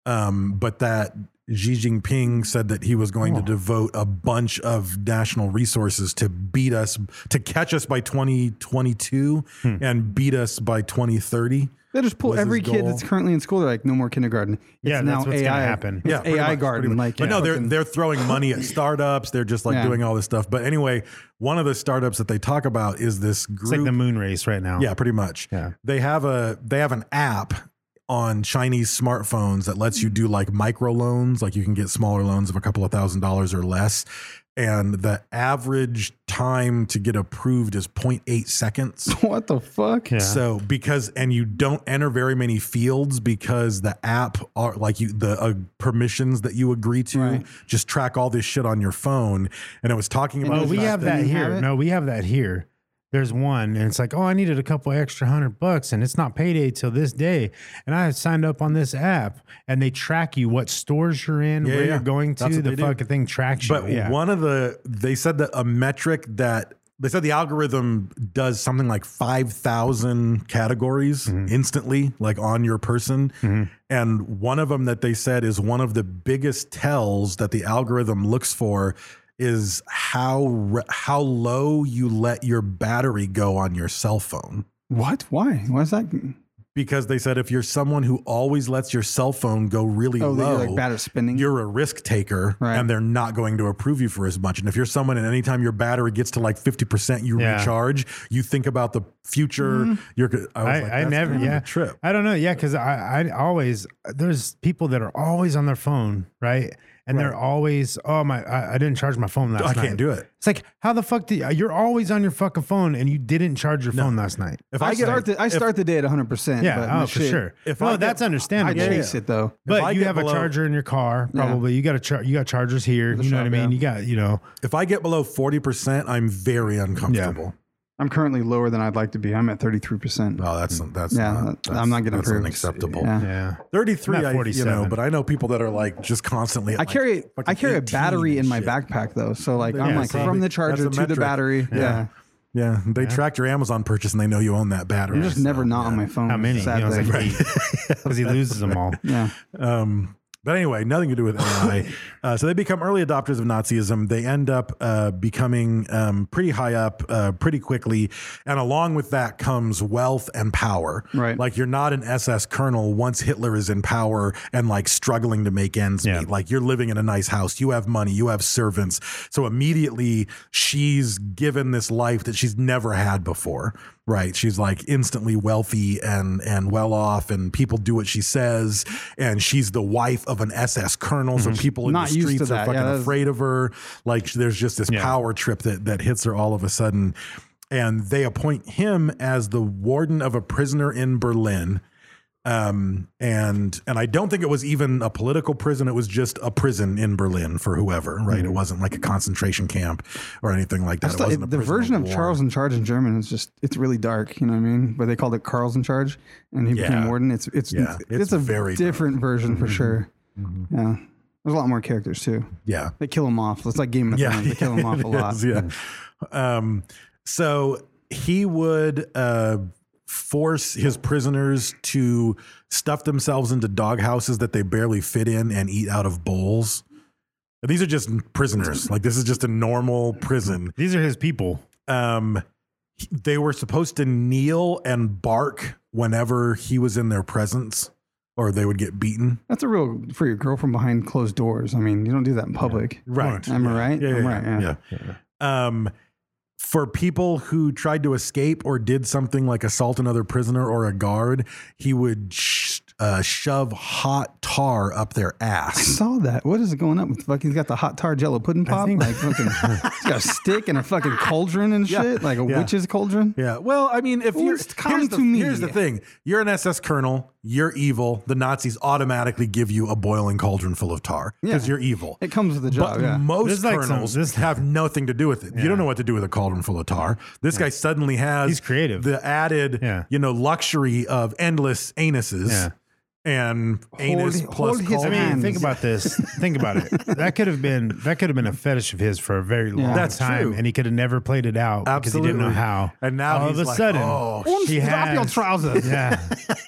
um, but that Xi Jinping said that he was going to devote a bunch of national resources to beat us to catch us by 2022 and beat us by 2030.
They just pull
was his
every kid
goal.
that's currently in school. They're like, no more kindergarten. It's
Yeah,
now
that's what's
AI.
gonna happen.
It's
Yeah, pretty
AI
much,
garden.
pretty much.
Like,
but no, they're
fucking-
they're throwing money at startups. They're just like
Yeah.
doing all this stuff. But anyway, one of the startups that they talk about is this group.
It's like the moon race right now.
Yeah, pretty much.
Yeah.
They have a they have an app on Chinese smartphones that lets you do like micro loans, like you can get smaller loans of a couple of thousand dollars or less. And the average time to get approved is 0.8 seconds.
<laughs> what the
<laughs>
fuck?
Yeah.
So because and you don't enter very many fields because the app are like you the uh, permissions that you agree to
Right.
just track all this shit on your phone. And it was talking
And
about
Oh,
Is
we
the fact
have that
You have
here.
it?
no, we have that here. There's one, and it's like, oh, I needed a couple extra hundred bucks, and it's not payday till this day. And I signed up on this app, and they track you what stores you're in,
Yeah,
where
yeah.
you're going
That's
to.
what
The
they do.
fucking thing tracks you.
But
yeah.
one of the they said that a metric that they said the algorithm does something like five thousand categories
Mm-hmm.
instantly, like on your person. And one of them that they said is one of the biggest tells that the algorithm looks for is how re- how low you let your battery go on your cell phone
What? Why? Why is that?
because they said if you're someone who always lets your cell phone go really
Oh, that
low,
you're, like, bad at spinning?
You're a risk taker,
Right.
and they're not going to approve you for as much. And if you're someone, and anytime your battery gets to like fifty percent, you
Yeah.
recharge. You think about the future.
Mm-hmm.
You're, I, was
I,
like,
I
that's
never,
kind of a
yeah.
trip.
I don't know, yeah, because I, I always there's people that are always on their phone, right? And they're always, oh my, I, I didn't charge my phone last
I
night.
can't do it.
It's like, how the fuck did you're always on your fucking phone and you didn't charge your phone last night?
If I,
I,
get,
start the I
if-
start the day at 100. percent
Yeah,
but
oh,
no
for
shit.
sure.
If
If
I
no,
get-
that's
I
understandable.
chase it though.
If I
But you
get
have
below-
a charger in your car, probably. You got a char- you got chargers here. you know what I
shop,
mean?
yeah.
You got you know.
if I get below forty percent, I'm very uncomfortable.
I'm currently lower than I'd like to be. I'm at 33 percent.
No, that's that's
Yeah,
not,
that-
Mm. that's,
I'm Oh, not getting
that's
approved.
unacceptable.
Yeah.
Yeah.
Thirty three,
Not
I you know,
47.
but I know people that are like just constantly. at,
I
like,
carry I
fucking
carry a
18
battery
and
in my
shit.
backpack though, so like I'm
Yeah,
like
so
from the
that's a
charger to the
metric.
battery.
Yeah.
Yeah,
Yeah, they track your Amazon purchase and they know you own that battery.
I'm just
so,
never not on
yeah.
my phone.
How many?
<laughs>
Sad
you know, it's
thing.
like eight because he loses them all.
Yeah,
Um, But anyway, nothing to do with
<laughs>
AI. uh, so they become early adopters of Nazism. They end up uh, becoming um, pretty high up uh, pretty quickly. And along with that comes wealth and power.
Right.
Like you're not an SS colonel once Hitler is in power and like struggling to make ends
Yeah.
meet. Like you're living in a nice house, you have money, you have servants. So immediately she's given this life that she's never had before. Right. She's like instantly wealthy and and well off and people do what she says and she's the wife of an SS colonel so people in
Mm-hmm. Not
the
used to
streets are
that. Yeah,
fucking
that is-
afraid of her. Like there's just this
Yeah.
power trip that that hits her all of a sudden and they appoint him as the warden of a prisoner in Berlin um and and i don't think it was even a political prison it was just a prison in berlin for whoever right
Mm-hmm.
it wasn't like a concentration camp or anything like that
That's
it
the-
wasn't a
the
prison
version of
war.
Charles in Charge in German is just it's really dark, you know what I mean? But they called it Carl's in Charge, and he
Yeah.
became warden. It's it's
Yeah,
it's,
it's
a
very Mm-hmm.
very different version for sure. Yeah, there's a lot more characters too.
yeah
They kill them off. It's like Game of Thrones.
<laughs>
They kill them off
it
a lot.
is, yeah. Um, so he would uh, force his prisoners to stuff themselves into dog houses that they barely fit in and eat out of bowls. These are just prisoners. Like this is just a normal prison.
These are his people.
Um, he- they were supposed to kneel and bark whenever he was in their presence, or they would get beaten.
That's a real for your girl from behind closed doors. I mean, you don't do that in public.
Right.
Am I right?
Yeah.
Am I
yeah,
right?
yeah,
Yeah.
yeah. Um, for people who tried to escape or did something like assault another prisoner or a guard, he would sh- uh, shove hot tar up their
I <laughs>
ass.
saw that. What is going up with fucking? He's got the hot tar jello pudding pop.
think-
<laughs>
like fucking, he's got a stick and a fucking cauldron and
Yeah,
shit, like a
yeah.
witch's cauldron.
Yeah. Well, I mean, if
Well,
you're
it's kind
here's
to
the,
me.
here's the thing: you're an SS colonel, you're evil. The Nazis automatically give you a boiling cauldron full of tar because
Yeah.
you're evil.
It comes with the job.
But
yeah.
This
most
is like some-
colonels
this-
have nothing to do with it. You don't know what to do with a cauldron full of tar. This guy suddenly has
He's creative.
the added
Yeah.
you know luxury of endless anuses
Yeah.
and anus
Hold-
plus
hold his
I
cauldron.
mean,
hands.
think about this. think
<laughs>
about it. That could have been that could have been a fetish of his for a very long
That's
time,
true.
and he could have never played it out because he didn't know
Absolutely.
how.
And now
all
he's
of a
like,
sudden,
"Oh,
he has,
trousers.
<laughs>
Yeah,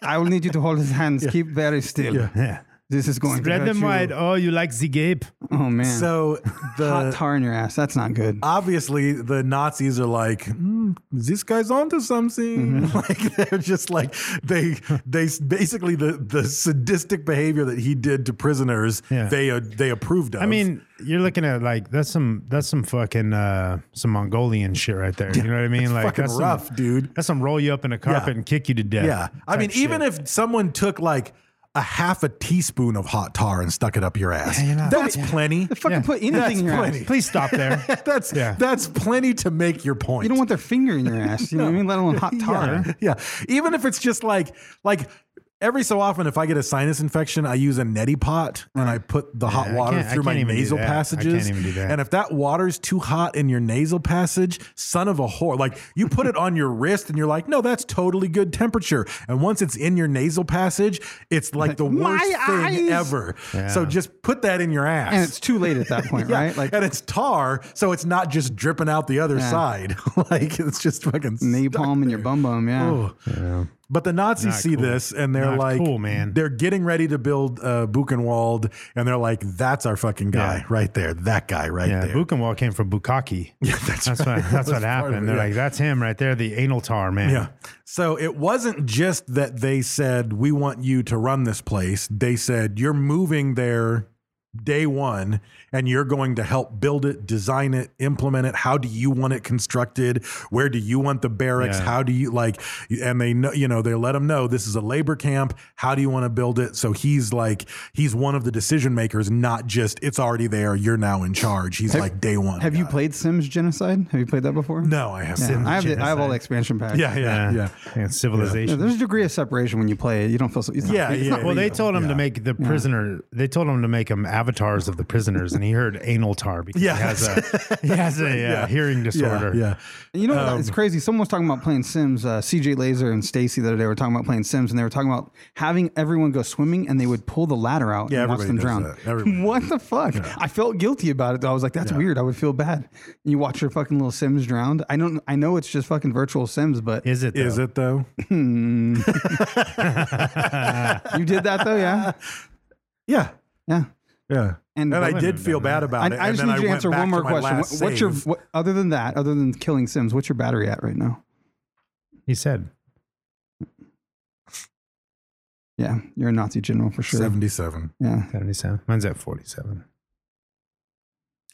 I will need you to hold his hands. Keep very still.
yeah.
This is going to
Spread
hurt
them
you.
wide. Oh, you like the gape?
Oh man, <laughs>
so
hot
the Uh,
tar in your ass. That's not good.
obviously the Nazis are like, "Hmm, this guy's onto something. <laughs>
Mm-hmm.
Like they're just like they they basically the the sadistic behavior that he did to prisoners
Yeah.
they uh, they approved of.
I mean, you're looking at like that's some that's some fucking uh some Mongolian shit right there. You
<laughs>
know what I mean? Like
fucking
that's
rough,
some,
dude.
That's some roll you up in a carpet and kick you to death.
Yeah. I mean, even if someone took like a half a teaspoon of hot tar and stuck it up your ass, that's plenty.
They fucking put anything
That's
in your
plenty.
ass.
please stop there.
<laughs> That's
Yeah.
that's plenty to make your point.
You don't want their finger
<laughs>
in your ass. You know what I mean? Let alone hot tar.
Yeah. <laughs> Even if it's just like like every so often if I get a sinus infection, I use a neti pot and I put the hot
I
water
can't- I
through my
can't even do
nasal
that. I
passages.
can't even do that.
And if that water's too hot in your nasal passage, son of a whore. Like you put it on your wrist and you're like, no, that's totally good temperature. And once it's in your nasal passage, it's like the
"My
worst thing
eyes!"
ever. So just put that in your ass.
And it's too late at that point,
<laughs> Yeah,
right? Like
and it's tar, so it's not just dripping out the other side. <laughs> like it's just fucking stuck
napalm in
there.
your bum bum. Yeah.
Oh. But the Nazis
Not
see
cool.
this and they're
Not
like,
cool, man.
They're getting ready to build uh, Buchenwald, and they're like, "That's our fucking guy
Yeah.
right there. That guy right
Yeah,
there."
Buchenwald came from
<laughs>
Bukaki. Yeah, that's, what that's what
part of it,
happened. They're
yeah.
like, that's him right there, the anal tar man.
yeah. So it wasn't just that they said, "We want you to run this place." They said, "You're moving there." Day one, and you're going to help build it, design it, implement it. How do you want it constructed? Where do you want the barracks?
Yeah.
How how do you like and they know you know they let him know this is a labor camp how do you want to build it so he's like he's one of the decision makers not just it's already there you're now in charge he's like day one
Have you
guy.
played Sims Genocide? Have you played that before?
no i haven't
Yeah, I have. The, I have all the expansion packs.
yeah yeah yeah
And
Yeah,
civilization.
there's a degree of separation when you play it. You don't feel so. It's not-
Yeah,
it's
yeah.
not-
well, they told him
Yeah.
to make the prisoner. They told him to make him avatars of the prisoners, and he heard anal tar because
Yeah.
he has
<laughs>
a he has a uh, hearing disorder.
yeah,
You know, it's
Um,
crazy. Someone was talking about playing Sims. Uh, CJ Laser and Stacy the other day were talking about playing Sims, and they were talking about having everyone go swimming, and they would pull the ladder out
Yeah,
and watch them
everybody does
drown.
that. Everybody
<laughs> what the fuck? I felt guilty about it. though. I was like, that's weird. I would feel bad. And you watch your fucking little Sims drowned. I don't. I know it's just fucking virtual Sims, but
Is it?
yeah. is
though?
it though <laughs>
you did that though, yeah.
yeah
Yeah.
Yeah.
And,
And I
no,
did
no,
feel
no.
bad about
I,
it.
I
and then
just need you to
went
answer
back
one more
my
question.
last
What, what's your
save.
what, other than that? Other than killing Sims, what's your battery at right now?
He said,
Yeah, you're a Nazi general for sure.
77?
Yeah,
77. Mine's at 47.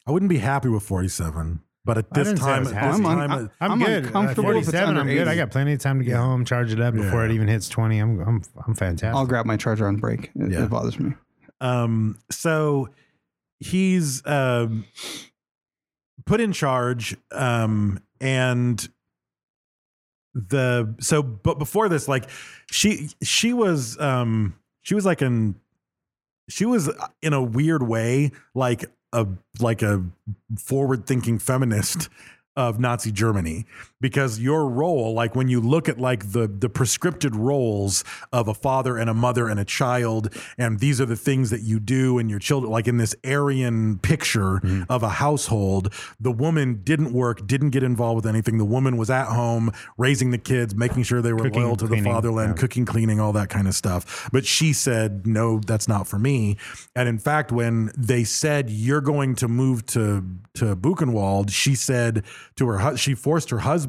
I wouldn't be happy with 47, but at
I
this
didn't say I
time,
was
at
happy.
this
I'm on-
time,
I'm-
uh,
I'm,
I'm
good. At
uncomfortable if it's
47, I'm
under
good.
80.
I got plenty of time to get
Yeah.
home, charge it up before
Yeah.
it even hits 20. I'm, I'm, I'm fantastic.
I'll grab my charger on break. It,
Yeah.
it bothers me.
um, so he's um, put in charge, um, and the so but before this, like she she was um, she was like an she was uh, in a weird way like a like a forward thinking feminist of Nazi Germany because your role like when you look at like the the prescripted roles of a father and a mother and a child and these are the things that you do and your children like in this Aryan picture
Mm-hmm.
of a household the woman didn't work didn't get involved with anything the woman was at home raising the kids making sure they were
Cooking,
loyal to the
cleaning,
fatherland
yeah.
cooking, cleaning, all that kind of stuff. But she said, no, that's not for me. And in fact, when they said you're going to move to to Buchenwald, she said to her hu- she forced her husband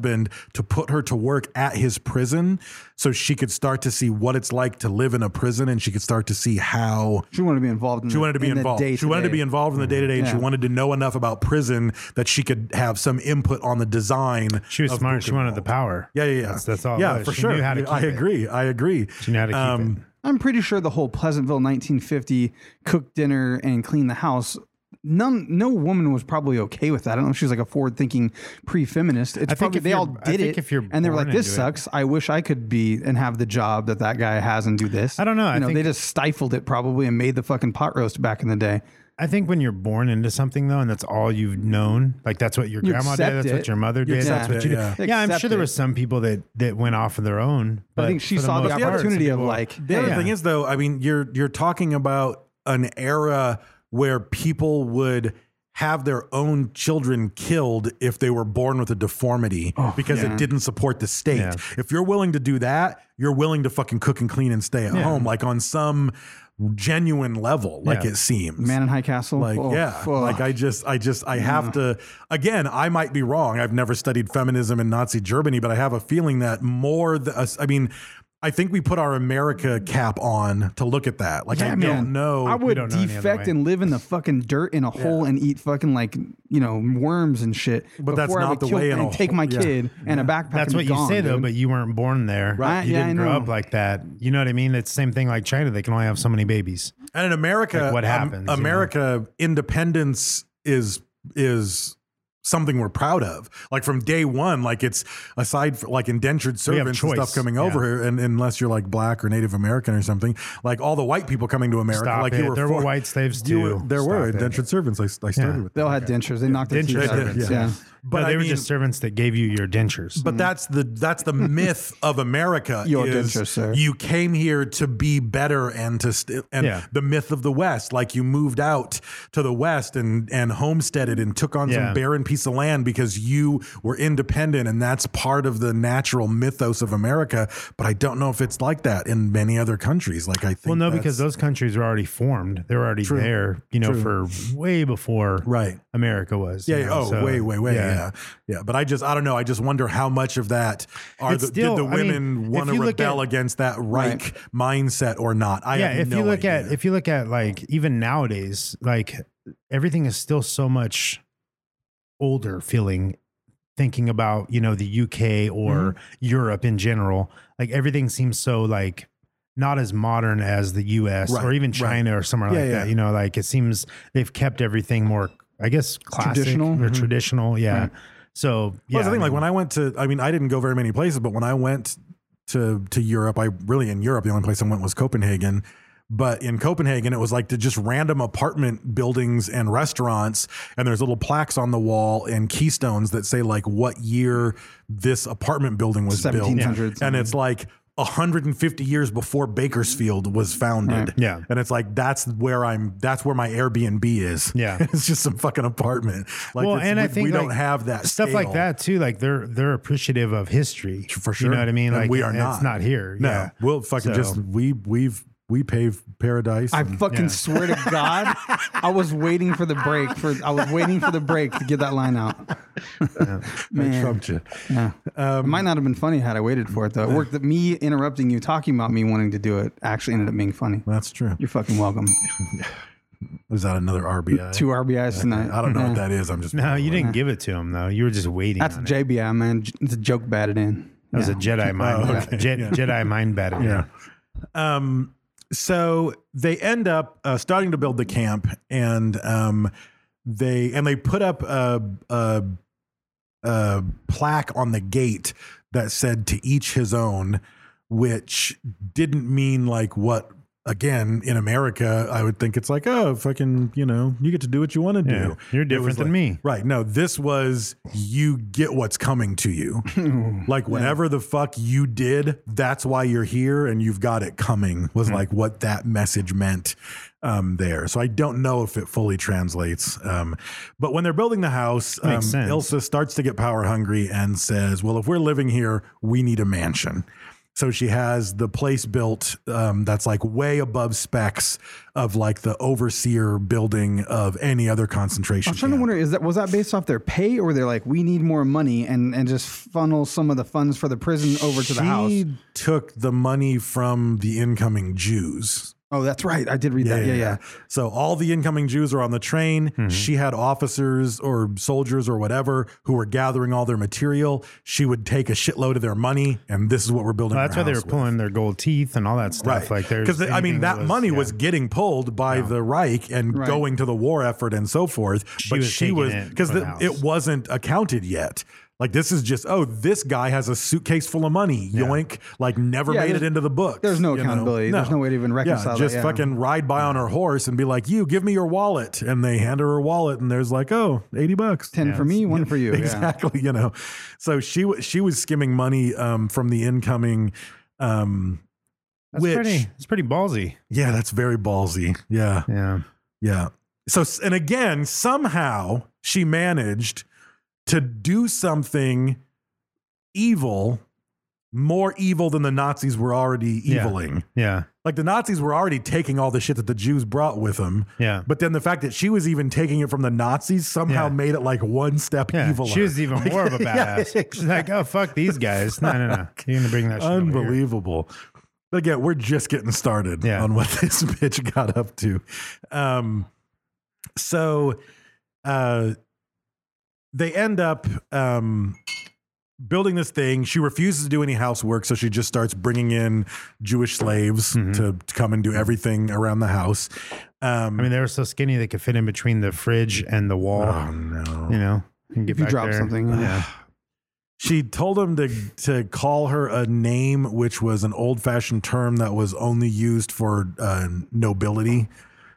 to put her to work at his prison so she could start to see what it's like to live in a prison and she could start to see how
She wanted to be involved. In
she
the,
wanted to be
in the
involved. She wanted to
day-to-day.
be involved in the day to day, and she
Yeah.
wanted to know enough about prison that she could have some input on the design.
She was
of
smart. She wanted the
Buchenwald.
power.
Yeah, yeah, yeah.
That's, that's all. it
Yeah,
was.
for
she
sure.
Knew how to
Yeah, I
keep it.
agree. I agree. Um,
She knew how to keep it.
I'm pretty sure the whole Pleasantville 1950 cook dinner and clean the house. None, no woman was probably okay with that. I don't know if she was like a forward-thinking pre-feminist. It's
think
probably
if
they all
you're-
did
I think
it,
if you're
and they were
born
like, "This
into it-
sucks. I wish I could be and have the job that that guy has and do this."
I don't know.
You
I
know,
think-
they just stifled it probably and made the fucking pot roast back in the day.
I think when you're born into something though, and that's all you've known, like that's what your
You
grandma did,
accept
that's
it.
what your mother
You
did, that's
accept
what
it,
you did.
yeah.
Yeah,
You
I'm
accept
sure there
it.
was some people that that went off of their own. But
I think she
for the
saw the,
most part,
opportunity
some
of
people-
like,
The other
Yeah.
thing is though, I mean, you're you're talking about an era where people would have their own children killed if they were born with a deformity because it didn't support the state.
Oh, Yeah.
If you're willing to do that, you're willing to fucking cook and clean and stay at home, like on some genuine level, like
Yeah.
it seems.
Man in High Castle.
Like
Oh,
yeah,
fuck. Mm.
like I just I just I have to again. I might be wrong. I've never studied feminism in Nazi Germany, but I have a feeling that more. The, I mean, I think we put our America cap on to look at that. Like I
Mm. Yeah,
don't
man.
know.
I would
don't know any other
defect
way.
and live in the fucking dirt in a hole and eat fucking like you know worms and shit.
But that's
before I
not
would
the
kill-
way in
And
a
take
hole.
my
Yeah.
kid and a backpack.
That's
and
what
be
you
gone,
say though,
dude.
but you weren't born there.
Right,
You
yeah,
didn't
I
grow
know.
up like that. You know what I mean? It's the same thing like China. They can only have so many babies.
and in America,
Like, what
um,
happens, you know?
America independence is is something we're proud of. Like from day one, like it's aside from like indentured
We have
servants and
choice.
stuff coming
Yeah.
over here, and unless you're like black or Native American or something, like all the white people coming to America,
Stop
like
it.
you were
There were
for-
white slaves
you were-
too.
there were
Stop it.
indentured servants. I, I started
Yeah.
with
they all
that.
had dentures. They knocked their teeth
Denture
out.
servants,
Yeah.
yeah.
But
no,
I
they were
mean-
just servants that gave you your dentures.
But that's the that's the
<laughs>
myth of America.
Your
is
dentures, sir.
You came here to be better and to st- and
Yeah.
the myth of the West. Like you moved out to the West and and homesteaded and took on some
Yeah.
barren piece of land because you were independent, and that's part of the natural mythos of America. But I don't know if it's like that in many other countries. Like I think
Well, no, because
that's-
those countries were already formed. They were already there, you know, for way before
Right.
America was.
Yeah.
you
yeah.
know,
Oh,
so,
way, way, way. Yeah. yeah, But I just, I don't know. I just wonder how much of that are
It's
the,
still-
did the
I mean,
women
if
want to
you look
rebel
at-
against that Reich mindset or not? I
yeah.
have
If
no
you look
idea.
at if you look at like even nowadays, like everything is still so much older feeling. Thinking about you know the UK or
Mm-hmm.
Europe in general, like everything seems so like not as modern as the US
Right,
or even
right.
China or somewhere
Yeah,
like
yeah.
that. You know, like it seems they've kept everything more, I guess, classic
Traditional.
or
Mhm.
traditional. Yeah. So yeah,
Mm-hmm. well, that's the thing.
I
Like
mean-
when I went to, I mean, I didn't go very many places, but when I went to to Europe, I really in Europe, the only place I went was Copenhagen. But in Copenhagen, it was like the just random apartment buildings and restaurants, and there's little plaques on the wall and keystones that say like what year this apartment building was built,
1700s.
and it's like 150 years before Bakersfield was founded.
Right.
Yeah.
and it's like that's where I'm. That's where my Airbnb is.
Yeah.
<laughs> it's just some fucking apartment. Like,
well,
it's-
and
we,
I think
we don't
like,
have that
stuff like
scale.
that too. Like they're they're appreciative of history
for sure.
You know what I mean?
And
Like
we are
and
not.
It's not here.
No,
yeah.
we'll fucking
So-
just we we've we pave paradise.
I
and-
fucking
Yeah.
swear to God, I was waiting for the break for I was waiting for the break to get that line out.
I
<laughs> Man.
trumped you.
Yeah.
Um,
it might not have been funny had I waited for it though. It worked that me interrupting you talking about me wanting to do it actually ended up being funny.
That's true.
You're fucking welcome.
Is that another RBI?
Two RBIs tonight.
I don't know
<laughs>
Yeah.
what that is. I'm just
No, <laughs> you didn't give it to him though. You were just waiting.
That's
on it.
JBI, man. J- It's a joke batted in.
That was a Jedi mind.
Oh, okay.
Je-
Yeah.
Jedi mind battle.
Yeah. Um, so they end up uh, starting to build the camp, and um, they and they put up a, a a plaque on the gate that said "to each his own," which didn't mean like what. Again, in America, I would think it's like, oh, fucking, you know, you get to do what you want to
Yeah.
do.
You're
It
different
was
than
like-
me.
Right. No, this was you get what's coming to you. like whatever the fuck you did, that's why you're here and you've got it coming was
Mm.
like what that message meant um, there. So I don't know if it fully translates. Um, but when they're building the house, um,
Makes sense.
Ilsa starts to get power hungry and says, well, if we're living here, we need a mansion. So she has the place built um, that's like way above specs of like the overseer building of any other concentration.
I'm trying to
camp.
wonder is that was that based off their pay or they're like we need more money and and just funnel some of the funds for the prison over to the
she
house.
took the money from the incoming Jews.
Oh, that's right. I did read that. Yeah, yeah.
So all the incoming Jews are on the train.
Mm-hmm.
She had officers or soldiers or whatever who were gathering all their material. She would take a shitload of their money, and this is what we're building.
Well,
our
that's why they were
house with.
pulling their gold teeth and all that stuff.
Right.
Like there's
because I mean
anything
that money
yeah.
was getting pulled by the Reich and
Right.
going to the war effort and so forth. but
was
she
taking
was
it
because
for the house.
it wasn't accounted yet. Like this is just oh this guy has a suitcase full of money yoink like never
Yeah,
made it
there's-
into the book.
there's no accountability. There's no way to even reconcile
Yeah,
that,
just
yeah.
fucking ride by on her horse and be like you give me your wallet and they hand her her wallet and there's like oh 80 bucks
10 for me, 1
<laughs>
for you. <laughs> Yeah.
exactly you know so she wa- she was skimming money um, from the incoming um
That's
which
pretty. It's pretty ballsy.
yeah that's very ballsy yeah
Yeah.
yeah so s- and again somehow she managed to do something evil more evil than the nazis were already
Yeah.
eviling
Yeah.
like the nazis were already taking all the shit that the jews brought with them
Yeah.
but then the fact that she was even taking it from the nazis somehow
Yeah.
made it like one step
Yeah.
evil
She was even more of a
<laughs>
badass.
yeah,
She's like, oh fuck these guys. No,
<laughs>
no, no. You're gonna bring that. Shit over here.
Unbelievable. But again, we're just getting started
Yeah.
on what <laughs> this bitch got up to. Um, so uh, they end up um, building this thing. She refuses to do any housework, so she just starts bringing in Jewish slaves
Mm-hmm.
to, to come and do everything around the house. Um,
I mean, they were so skinny they could fit in between the fridge and the wall.
oh no.
You know. And get
If you
back
drop
there.
something, uh, yeah.
Yeah.
She told him to to call her a name, which was an old fashioned term that was only used for uh, nobility.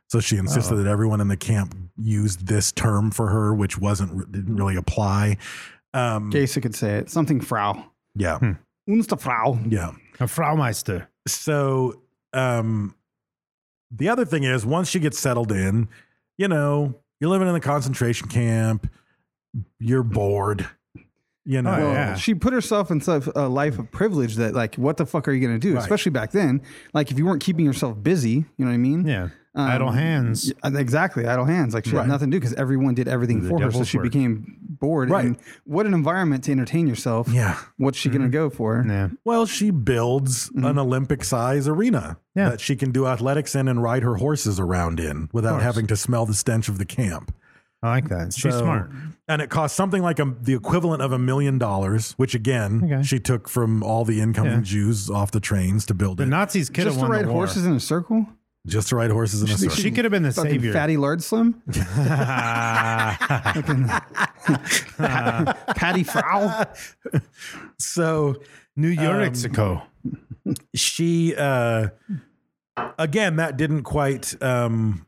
So she insisted
Oh.
that everyone in the camp used this term for her, which wasn't didn't really apply. Um,
Casey could say it. Something Frau.
Yeah,
Hmm.
Uns der Frau.
yeah.
A Fraumeister.
So um, the other thing is, once she gets settled in, you know, you're living in the concentration camp, you're bored. You know,
Oh,
Well,
yeah.
she put herself in such a life of privilege that, like, what the fuck are you going to do?
Right.
Especially back then. Like, if you weren't keeping yourself busy, you know what I mean?
Yeah.
Um,
Idle hands.
Yeah, Uh, Exactly, idle hands. Like she
Right.
had nothing to do because everyone did everything
The
for her, so
devil's
she
work.
became bored.
Right.
And what an environment to entertain yourself.
Yeah.
What's she gonna go for?
Mm-hmm. Yeah.
Well, she builds an Olympic size arena
Mm-hmm. Yeah.
that she can do athletics in and ride her horses around in without having to smell the stench of the camp.
I like that. She's
So-
smart.
And it costs something like a, the equivalent of a million dollars, which again,
Okay.
she took from all the incoming
Yeah.
Jews off the trains to build
The
it.
Nazis could have
Just to
won
ride
the war.
horses in a circle?
just to ride horses in a circle.
She could have been the
Fucking
savior.
fatty lard
<laughs>
slim? Patty
<laughs>
Frau.
so
New York,
Um,
Mexico.
she uh again that didn't quite um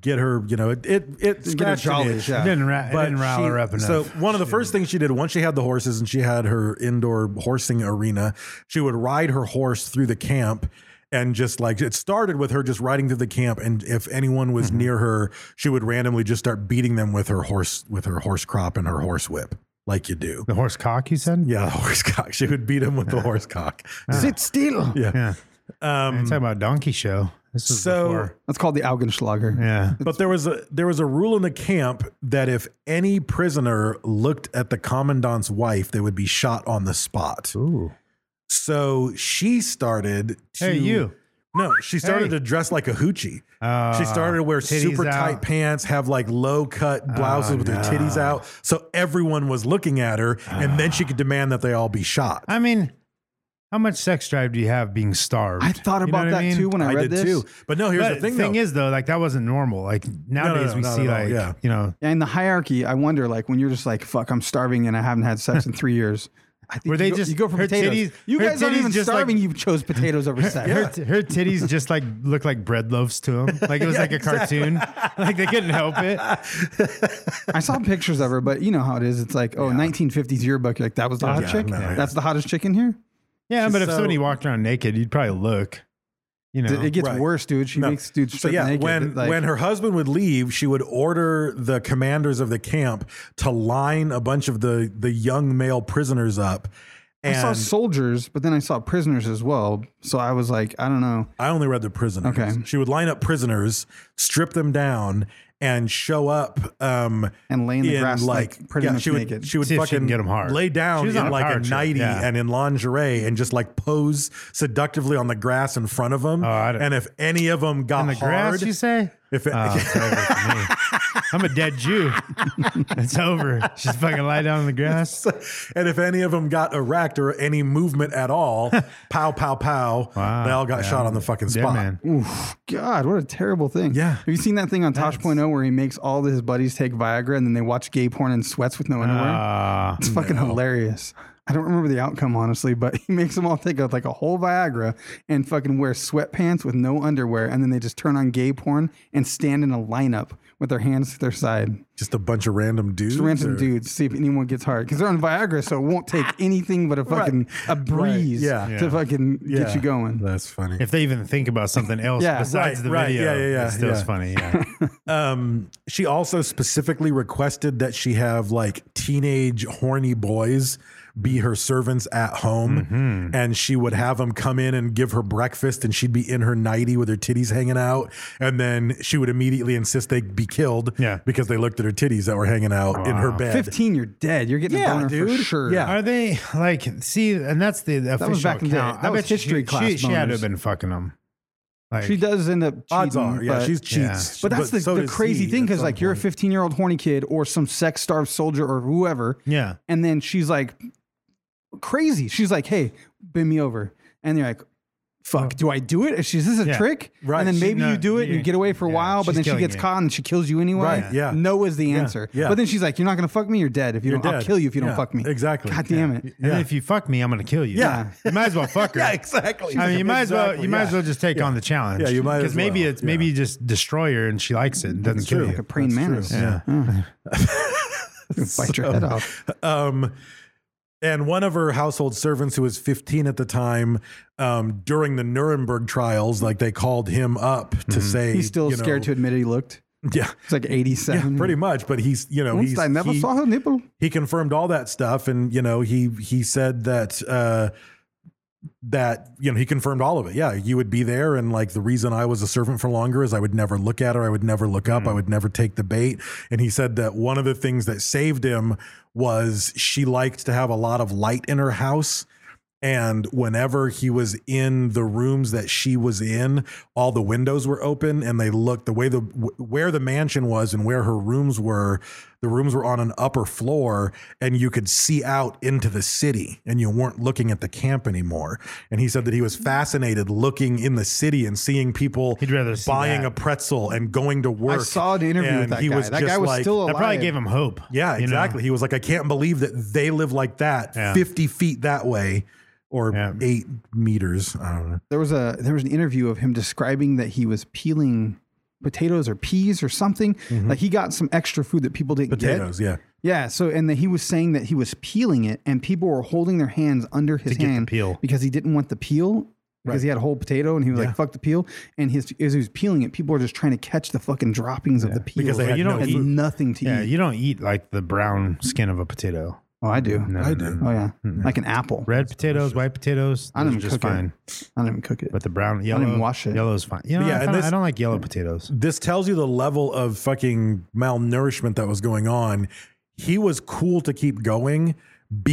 get her you know it it, it
Get her
scratched an
jollies,
itch.
yeah.
Didn't, ra- didn't rile
she-
her up enough.
So one of the first things she did once she had the horses and she had her indoor horsing arena, she would ride her horse through the camp. And just like it started with her just riding through the camp, and if anyone
Mm-hmm.
was near her, she would randomly just start beating them with her horse, with her horse crop and her horse whip, like you do.
the horse cock, you said?
<laughs> Yeah, the horse cock. She would beat him with the horse cock.
Sit still.
Yeah.
Yeah. I'm
Um,
talking about Donkey Show. This is
So-
before.
That's called the Augenschlager.
Yeah.
but there was a there was a rule in the camp that if any prisoner looked at the commandant's wife, they would be shot on the spot.
Ooh.
So she started to
Hey, you.
No, she started
Hey.
to dress like a hoochie.
Ah,
she started to wear
titties
super tight
out.
pants, have like low cut blouses
Oh,
with her
no.
titties out. So everyone was looking at her, and then she could demand that they all be shot.
Ah. I mean, how much sex drive do you have being starved?
I thought
You know
about
what
that
I mean?
too when I,
I
read
did
this.
too. But no, here's
But
the thing, though.
is though, like that wasn't normal. Like nowadays
no,
we
not
see
at all,
like
yeah.
you know
Yeah, in the hierarchy, I wonder, like, when you're just like, "Fuck, I'm starving and I haven't had sex in three years." I think
Were
you
they
go-
just-
you go for
her
potatoes?
titties-
you
her
guys aren't
titties
even
just, like-
starving. you chose potatoes
<laughs>
over sex.
her, her titties just like look like bread loaves to him. Like it was like a cartoon. like they couldn't help it.
I saw pictures of her, but you know how it is. It's like, oh, 1950s yearbook. You're like, that was the hot
Yeah,
chick.
no, yeah.
That's the hottest chick in here.
Yeah, but if
So-
somebody walked around naked, you'd probably look. You know,
It gets
right.
worse, dude. She
No.
makes dudes
So
strip
yeah,
naked.
when
Like,
when her husband would leave, she would order the commanders of the camp to line a bunch of the the young male prisoners up. And
I saw soldiers, but then I saw prisoners as well. So I was like, I don't know.
I only read the prisoners.
Okay.
She would line up prisoners, strip them down, and show up. Um,
And lay in the grass, like, pretty much
she would,
naked.
She would
See if she
fucking
can get 'em hard.
lay
She
down
was
in
on a
like
power
a
trip,
nightie
yeah.
and in lingerie and just like pose seductively on the grass in front of them.
Oh, I don't-
and if any of them got
in the
hard,
grass, you say?
if it,
Oh, it's over for me. <laughs> I'm a dead Jew. It's over. Just fucking lie down in the grass.
<laughs> and if any of them got erect or any movement at
<laughs>
all, pow, pow, pow,
Wow,
they all got
yeah.
shot on the fucking
Dead
spot.
man.
Oof, God, what a terrible thing.
Yeah.
Have you seen that thing on Tosh.0 where he makes all his buddies take Viagra and then they watch gay porn and sweats with no underwear?
Ah,
It's fucking hilarious. I don't remember the outcome honestly, but <laughs> he makes them all take a, like a whole Viagra and fucking wear sweatpants with no underwear, and then they just turn on gay porn and stand in a lineup with their hands to their side.
Just a bunch of random dudes.
Just random
or-
dudes, see if anyone gets hard because they're on Viagra, so it
<laughs>
won't take anything but a fucking a breeze
Yeah.
to
Yeah.
fucking
Yeah.
get you going.
That's funny.
if they even think about something else
Yeah,
besides
right,
the
right.
video,
Yeah, yeah, yeah,
it still is
yeah.
funny. Yeah.
Um, she also specifically requested that she have like teenage horny boys be her servants at home,
Mm-hmm.
and she would have them come in and give her breakfast, and she'd be in her nightie with her titties hanging out, and then she would immediately insist they be killed,
Yeah.
because they looked at her titties that were hanging out in her bed.
Fifteen, you're dead. You're getting
Yeah,
a boner
dude.
for sure.
Yeah.
Are they like see? And that's the official
back in the day.
count.
That
I
was
bet you
history
she,
class
She, she had to
boners.
have been fucking them. Like,
She does end up. Cheating,
Odds are, yeah,
but-
she's
yeah.
cheats,
But that's the,
so
the
does
crazy
he
thing
at
because
some
like <laughs> you're a
point.
15 year old horny kid or some sex starved soldier or whoever,
Yeah.
and then she's like crazy. She's like, "Hey, bend me over," and you're like. Fuck, do I do it? And She's is this a
Yeah.
trick?
Right.
And then
She-
maybe
no,
you do it and
yeah.
you get away for a
Yeah.
while, but
She's
then she
killing
gets
you.
caught and she kills you anyway.
Right, yeah.
No is the answer.
yeah.
But then she's like, You're not gonna fuck me, you're dead if you
You're
don't I'll
dead.
kill you if you
Yeah,
don't fuck me.
exactly.
God damn
Yeah.
it.
And then if you fuck me, I'm gonna kill you.
Yeah.
You might as
<laughs>
well fuck her.
Yeah, exactly.
I mean, you might as well.
Exactly,
You might
yeah.
as well just take on the challenge.
Yeah, you might as
Because maybe
well,
it's maybe
yeah.
you just destroy her and she likes it and doesn't kill
true.
Like a
you.
praying mantis.
Yeah.
<laughs> Bite your head off.
Um, and one of her household servants, who was 15 at the time, um, during the Nuremberg trials, like they called him up to say
Mm-hmm. He's still
you know,
scared to admit he looked.
Yeah,
It's
<laughs>
like <laughs>
yeah,
87.
pretty much. But he's, you know, he's,
I never
he,
saw her nipple.
he confirmed all that stuff, and you know, he he said that. Uh, that you know he confirmed all of it yeah you would be there and like the reason i was a servant for longer is i would never look at her i would never look up i would never take the bait and he said that one of the things that saved him was she liked to have a lot of light in her house and whenever he was in the rooms that she was in all the windows were open and they looked the way the wh- where the mansion was and where her rooms were the rooms were on an upper floor and you could see out into the city and you weren't looking at the camp anymore and he said that he was fascinated looking in the city and seeing people
He'd rather see
buying
that.
a pretzel and going to work
I saw an interview with
And
that
he
guy.
was
that
just
guy was
like-
still
That
alive.
probably gave him hope.
yeah,
you know?
exactly. He was like, I can't believe that they live like that,
Yeah.
50 feet that way, or
Yeah.
eight meters. I don't know.
There was a there was an interview of him describing that he was peeling potatoes or peas or something. Like he got some extra food that people didn't
Potatoes,
get.
yeah.
Yeah. So and that he was saying that he was peeling it and people were holding their hands under his
To get the
hand
peel.
because he didn't want the peel. Because he had a whole potato and he was
Yeah.
like, fuck the peel. And his, as he was peeling it, people were just trying to catch the fucking droppings of the peel.
Because they had
you
no
and
food.
nothing to
Yeah,
eat.
you don't eat like the brown skin of a potato.
Oh, I do.
No,
I
no,
do.
no.
Oh yeah, like an apple.
Red potatoes, white potatoes, those
I don't
are
even
just
cook it.
fine.
I don't even cook it.
But the brown, yellow,
even wash it.
Yellow is fine. You know,
Yeah,
yeah, I,
and
kinda-
this-
I don't like yellow potatoes.
This tells you the level of fucking malnourishment that was going on. He was cool to keep going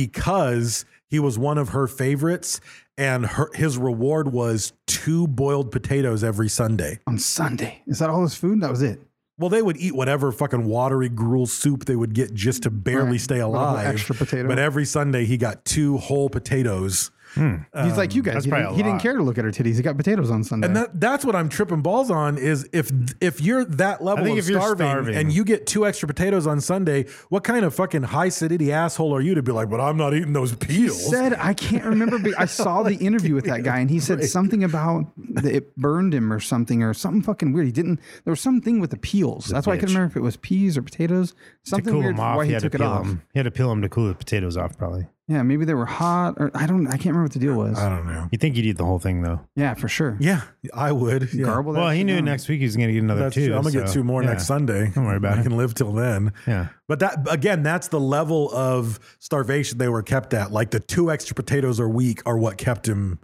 because he was one of her favorites, and her, his reward was two boiled potatoes every Sunday.
on Sunday, is that all his food? That was it.
Well, they would eat whatever fucking watery gruel soup they would get just to barely
Right.
stay
Little
alive.
extra potato.
But every Sunday he got two whole potatoes.
He's like you guys.
Um, that's
He,
probably
didn't,
a
he didn't
lot.
care to look at her titties. He got potatoes on Sunday.
And that, that's what I'm tripping balls on is if if you're that level
think
of
if you're
starving,
starving-
and you get two extra potatoes on Sunday, what kind of fucking high acidity asshole are you to be like, but I'm not eating those peels?
said I can't remember. But I saw the interview with that guy, and
<laughs>
he said something about that it burned him or something or something fucking weird. He didn't. There was something with the peels. That's why I couldn't
bitch.
remember if it was peas or potatoes.
To
Something
cool
weird
them
for
off,
why
he
he
had to
took it
peel
off.
them. He had to peel them to cool the potatoes off, probably.
Yeah, maybe they were hot or I don't. I can't remember what the deal was.
I don't know.
You think you'd eat the whole thing though?
Yeah, for sure.
Yeah, I would. Yeah.
Garble that
Well, he
shit
knew
down.
next week he was going to get another
That's
two.
true. I'm gonna get
so,
two more
yeah.
next Sunday.
Don't worry about
I
it.
can live till then.
Yeah.
But that again, that's the level of starvation they were kept at. Like the two extra potatoes a week are what kept him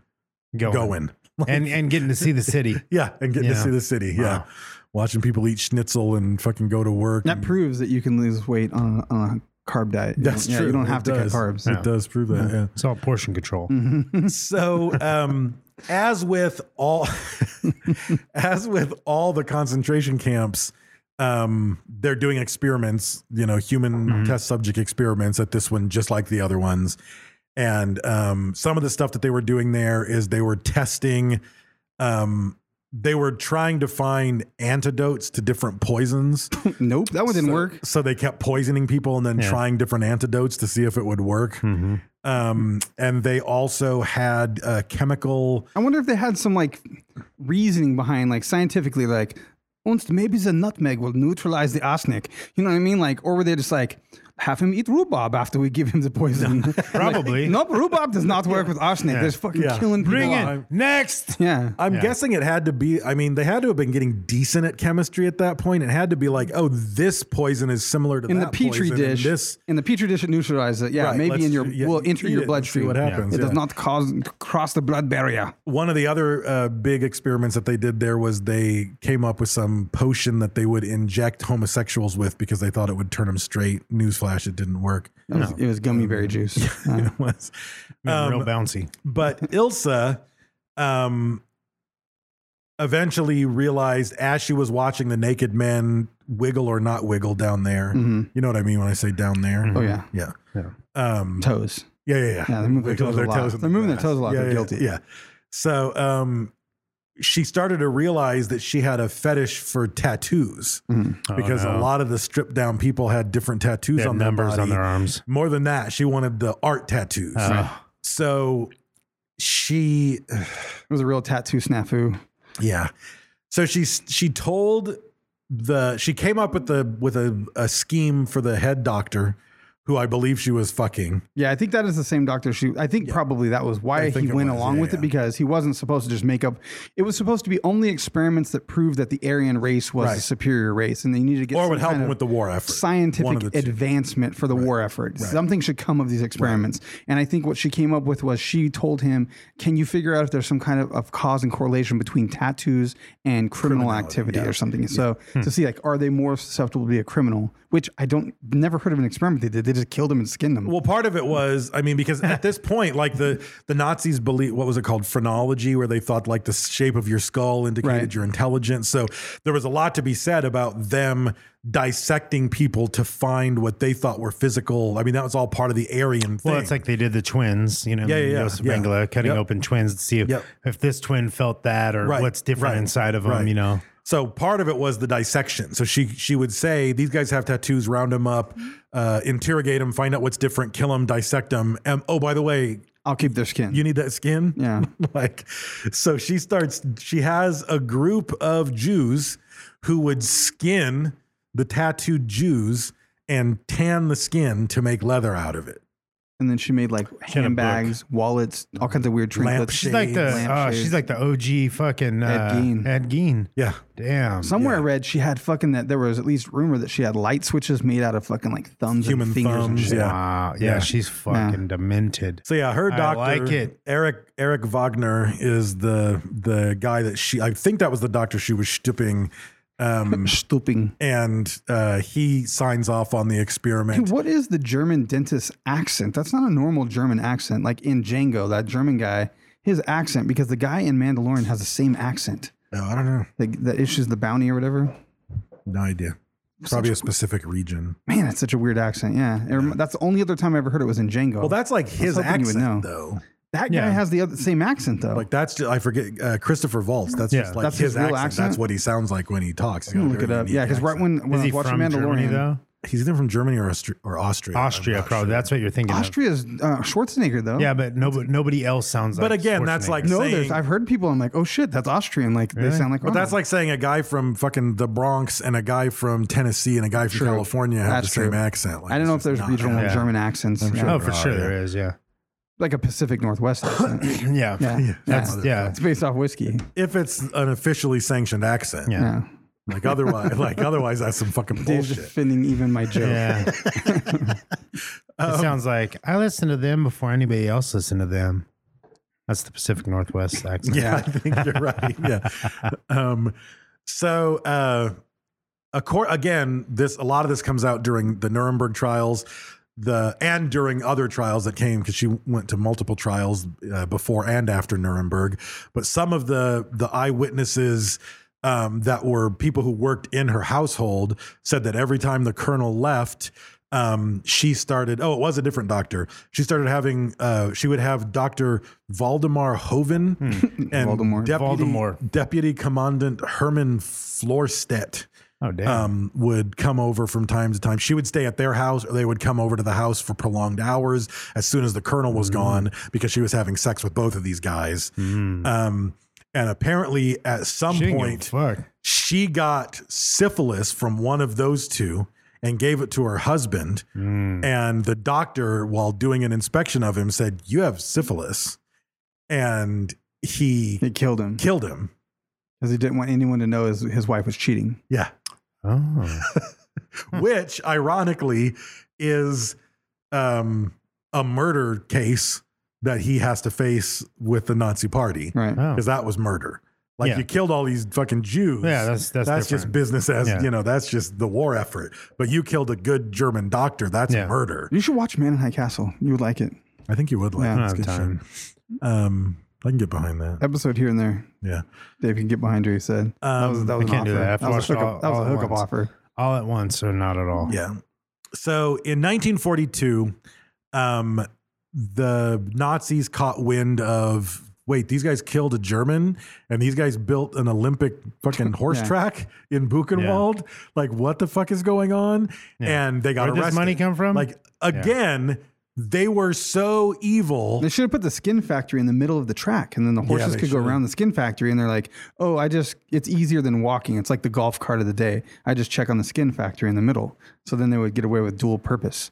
Going.
going. <laughs>
and and getting to see the city.
Yeah, and getting to
Yeah.
see the city. Yeah,
Wow.
watching people eat schnitzel and fucking go to work.
That
and-
proves that you can lose weight on, on a carb diet. You
that's
don't- yeah,
true.
You don't
It
have to
does.
cut carbs.
It does prove that. Yeah.
It's all portion control.
so um as with all <laughs> as with all the concentration camps um they're doing experiments you know human test subject experiments at this one just like the other ones and um some of the stuff that they were doing there is they were testing um they were trying to find antidotes to different poisons
<laughs> Nope, that one didn't work.
so they kept poisoning people and then trying different antidotes to see if it would work. Um, and they also had a chemical.
I wonder if they had some like reasoning behind, like scientifically, like once maybe the nutmeg will neutralize the arsenic. You know what I mean? Like, or were they just like have him eat rhubarb after we give him
<laughs>
the poison? <laughs>
Probably.
Like, nope, rhubarb does not work with arsenic. There's fucking
Yeah.
killing people.
Bring
off.
it next.
Yeah.
I'm guessing it had to be. I mean, they had to have been getting decent at chemistry at that point. It had to be like, oh, this poison is similar to
in the
that
petri
poison, and
dish,
This
in the petri dish, it neutralizes it. Yeah,
Right,
maybe
let's-
in your
yeah,
will enter
eat
your
it and see
bloodstream.
what happens,
It does
yeah.
not cause cross the blood barrier.
one of the other uh, big experiments that they did there was they came up with some potion that they would inject homosexuals with because they thought it would turn them straight. Newsflash, it didn't work.
It was, it was gummy
<laughs>
berry juice. Uh,
It was. Um,
Man, real bouncy.
<laughs>
but Ilsa um eventually realized as she was watching the naked men wiggle or not wiggle down there. You know what I mean when I say down there?
oh Mm-hmm. yeah,
Yeah. Um
toes.
yeah, yeah, yeah.
Yeah, they move their
Wiggle
toes a lot.
in
They're moving their
grass.
toes a lot.
Yeah,
They're
yeah,
guilty.
Yeah. So um she started to realize that she had a fetish for tattoos
Mm-hmm.
because a lot of the stripped down people had different tattoos
Oh, They had
on their
numbers on
body.
their Uh-huh. arms.
More than that, she wanted the art tattoos. So she uh,
It was a real tattoo snafu.
yeah. So she she told the she came up with the with a, a scheme for the head doctor, who I believe she was fucking.
Yeah, I think that is the same doctor. She, I think probably that was why
I
he
think it
went
was,
along
yeah,
with
yeah.
it because he wasn't supposed to just make up. It was supposed to be only experiments that proved that the Aryan race was
Right.
the superior race, and they needed to get
Or
some
would help
kind
him
of
with the war effort. One of
scientific
the two.
advancement for the war effort. Something should come of these experiments, and I think what she came up with was she told him, "Can you figure out if there's some kind of, of cause and correlation between tattoos and criminal activity or something?" So
Hmm.
to see like, are they more susceptible to be a criminal? Which I don't never heard of an experiment they did. They just killed them and skinned them.
Well, part of it was, I mean, because at this point, like the the Nazis believe what was it called phrenology, where they thought like the shape of your skull indicated
Right.
your intelligence. So there was a lot to be said about them dissecting people to find what they thought were physical. I mean, that was all part of the Aryan thing.
Well, it's like they did the twins, you know,
Yeah, yeah, yeah,
Joseph
yeah.
Mengele cutting
Yep.
open twins to see if,
Yep.
if this twin felt that or
Right,
what's different
right,
inside of them,
right.
you know.
So part of it was the dissection. So she she would say these guys have tattoos, round them up, uh, interrogate them, find out what's different, kill them, dissect them. And oh, by the way,
I'll keep their skin.
you need that skin.
Yeah.
<laughs> like, so she starts. She has a group of Jews who would skin the tattooed Jews and tan the skin to make leather out of it.
And then she made like
had a
handbags, wallets, all kinds of weird
Lamp
trinkets.
She's like the
Shades.
oh, she's like the OG fucking uh,
Ed
Ed
Gein.
Gein.
Yeah.
Damn.
Somewhere I read she had fucking that. There was at least rumor that she had light switches made out of fucking like thumbs
Human
and fingers and
thumbs,
shit.
yeah.
Wow. Ah, Yeah,
Yeah.
she's fucking demented.
So yeah, her
I
doctor
like it.
Eric Eric Wagner is the the guy that she I think that was the doctor she was shipping um
Stooping.
and uh he signs off on the
Hey,
experiment.
what is the German dentist accent? That's not a normal German accent. Like in Django, that German guy, his accent, because the guy in Mandalorian has the same accent
No, I don't know.
that, that issues the bounty or whatever.
No idea. Probably a specific region.
Man, that's such a weird accent. Yeah. It rem- That's the only other time I ever heard it was in Django.
Well, that's like his
hoping you would
accent
know.
though.
that guy
yeah.
has the other, same accent though.
Like that's just, I forget uh, Christopher Waltz. That's
Yeah.
just like
That's
his,
his real
accent.
accent?
That's what he sounds like when he talks. He's got
I'm gonna
a
look it
very
up.
unique
Yeah, because right
accent.
when, when
Is
I
he
was watching
from Germany
Mandalorian,
though?
he's either from Germany or, Austri- or Austria. I'm
Austria,
not
probably.
sure.
That's what you're thinking. of.
Austria's uh, Schwarzenegger though.
Yeah, but nobody nobody else sounds.
But
like
again, that's
Schwarzenegger.
like
No,
saying-
there's. I've heard people. I'm like, oh shit, that's Austrian. Like they
Really?
sound like. "Oh,
But that's like saying a guy from fucking the Bronx and a guy from Tennessee and a guy from
True.
California have
That's
the same
true.
accent. Like,
I don't know if
it's just
there's
not
regional
happening.
Yeah.
German accents. Yeah.
oh, for
Oh,
sure
yeah.
there is. Yeah,
like a Pacific Northwest accent.
<laughs> yeah,
Yeah.
That's yeah,
It's based off whiskey.
If it's an officially sanctioned accent,
Yeah.
Yeah.
like otherwise, like otherwise, that's some
<laughs>
fucking
Dave's
bullshit.
defending even my joke.
yeah. <laughs>
Um,
it sounds like I listened to them before anybody else listened to them. That's the Pacific Northwest accent.
<laughs>
<laughs>
Yeah, I think you're right. Yeah. Um, so, uh, acor- again, this a lot of this comes out during the Nuremberg trials, the and during other trials that came because she went to multiple trials uh, before and after Nuremberg. But some of the the eyewitnesses. Um, that were people who worked in her household said that every time the colonel left, um, she started. Oh, it was a different doctor. She started having. Uh, she would have Doctor Valdemar Hoven and
Voldemort.
Deputy
Voldemort.
Deputy Commandant Herman Florstedt
Oh damn.
um, would come over from time to time. She would stay at their house, or they would come over to the house for prolonged hours as soon as the colonel was gone because she was having sex with both of these guys. Um, and apparently, at some
She didn't give a
point,
Fuck.
she got syphilis from one of those two and gave it to her husband. And the doctor, while doing an inspection of him, said, You have syphilis. And he
It killed him
killed him.
because he didn't want anyone to know his, his wife was cheating.
Yeah.
Oh.
Which, ironically, is um, a murder case that he has to face with the Nazi party.
Right.
Oh.
Because that was murder. Like
Yeah.
you killed all these fucking Jews.
Yeah, that's- that's
just
different.
business as
Yeah.
you know. That's just the war effort. But you killed a good German doctor. That's
Yeah.
murder.
You should watch Man in High Castle. You would like it.
I think you would like.
Yeah.
it.
I
It's
don't have
good shit. Um, I can get behind that.
Episode here and there.
Yeah.
Dave can get behind her. He said that was that was
Um, I can't
an
do
offer.
that. I have to
was a
watch it
hookup,
all-
that
all
was a
at
hookup
once.
offer.
all at once or not at all.
Yeah. So in 1942, um, the Nazis caught wind of wait, these guys killed a German and these guys built an Olympic
<laughs>
fucking horse
Yeah.
track in Buchenwald. Like, what the fuck is going on?
Yeah.
And they got
Where'd this
arrested.
money come from?
Like again, they were so evil.
They should have put the skin factory in the middle of the track, and then the horses
they
could go
should.
around the skin factory. And they're like, "Oh, I just it's easier than walking. It's like the golf cart of the day. I just check on the skin factory in the middle." So then they would get away with dual purpose.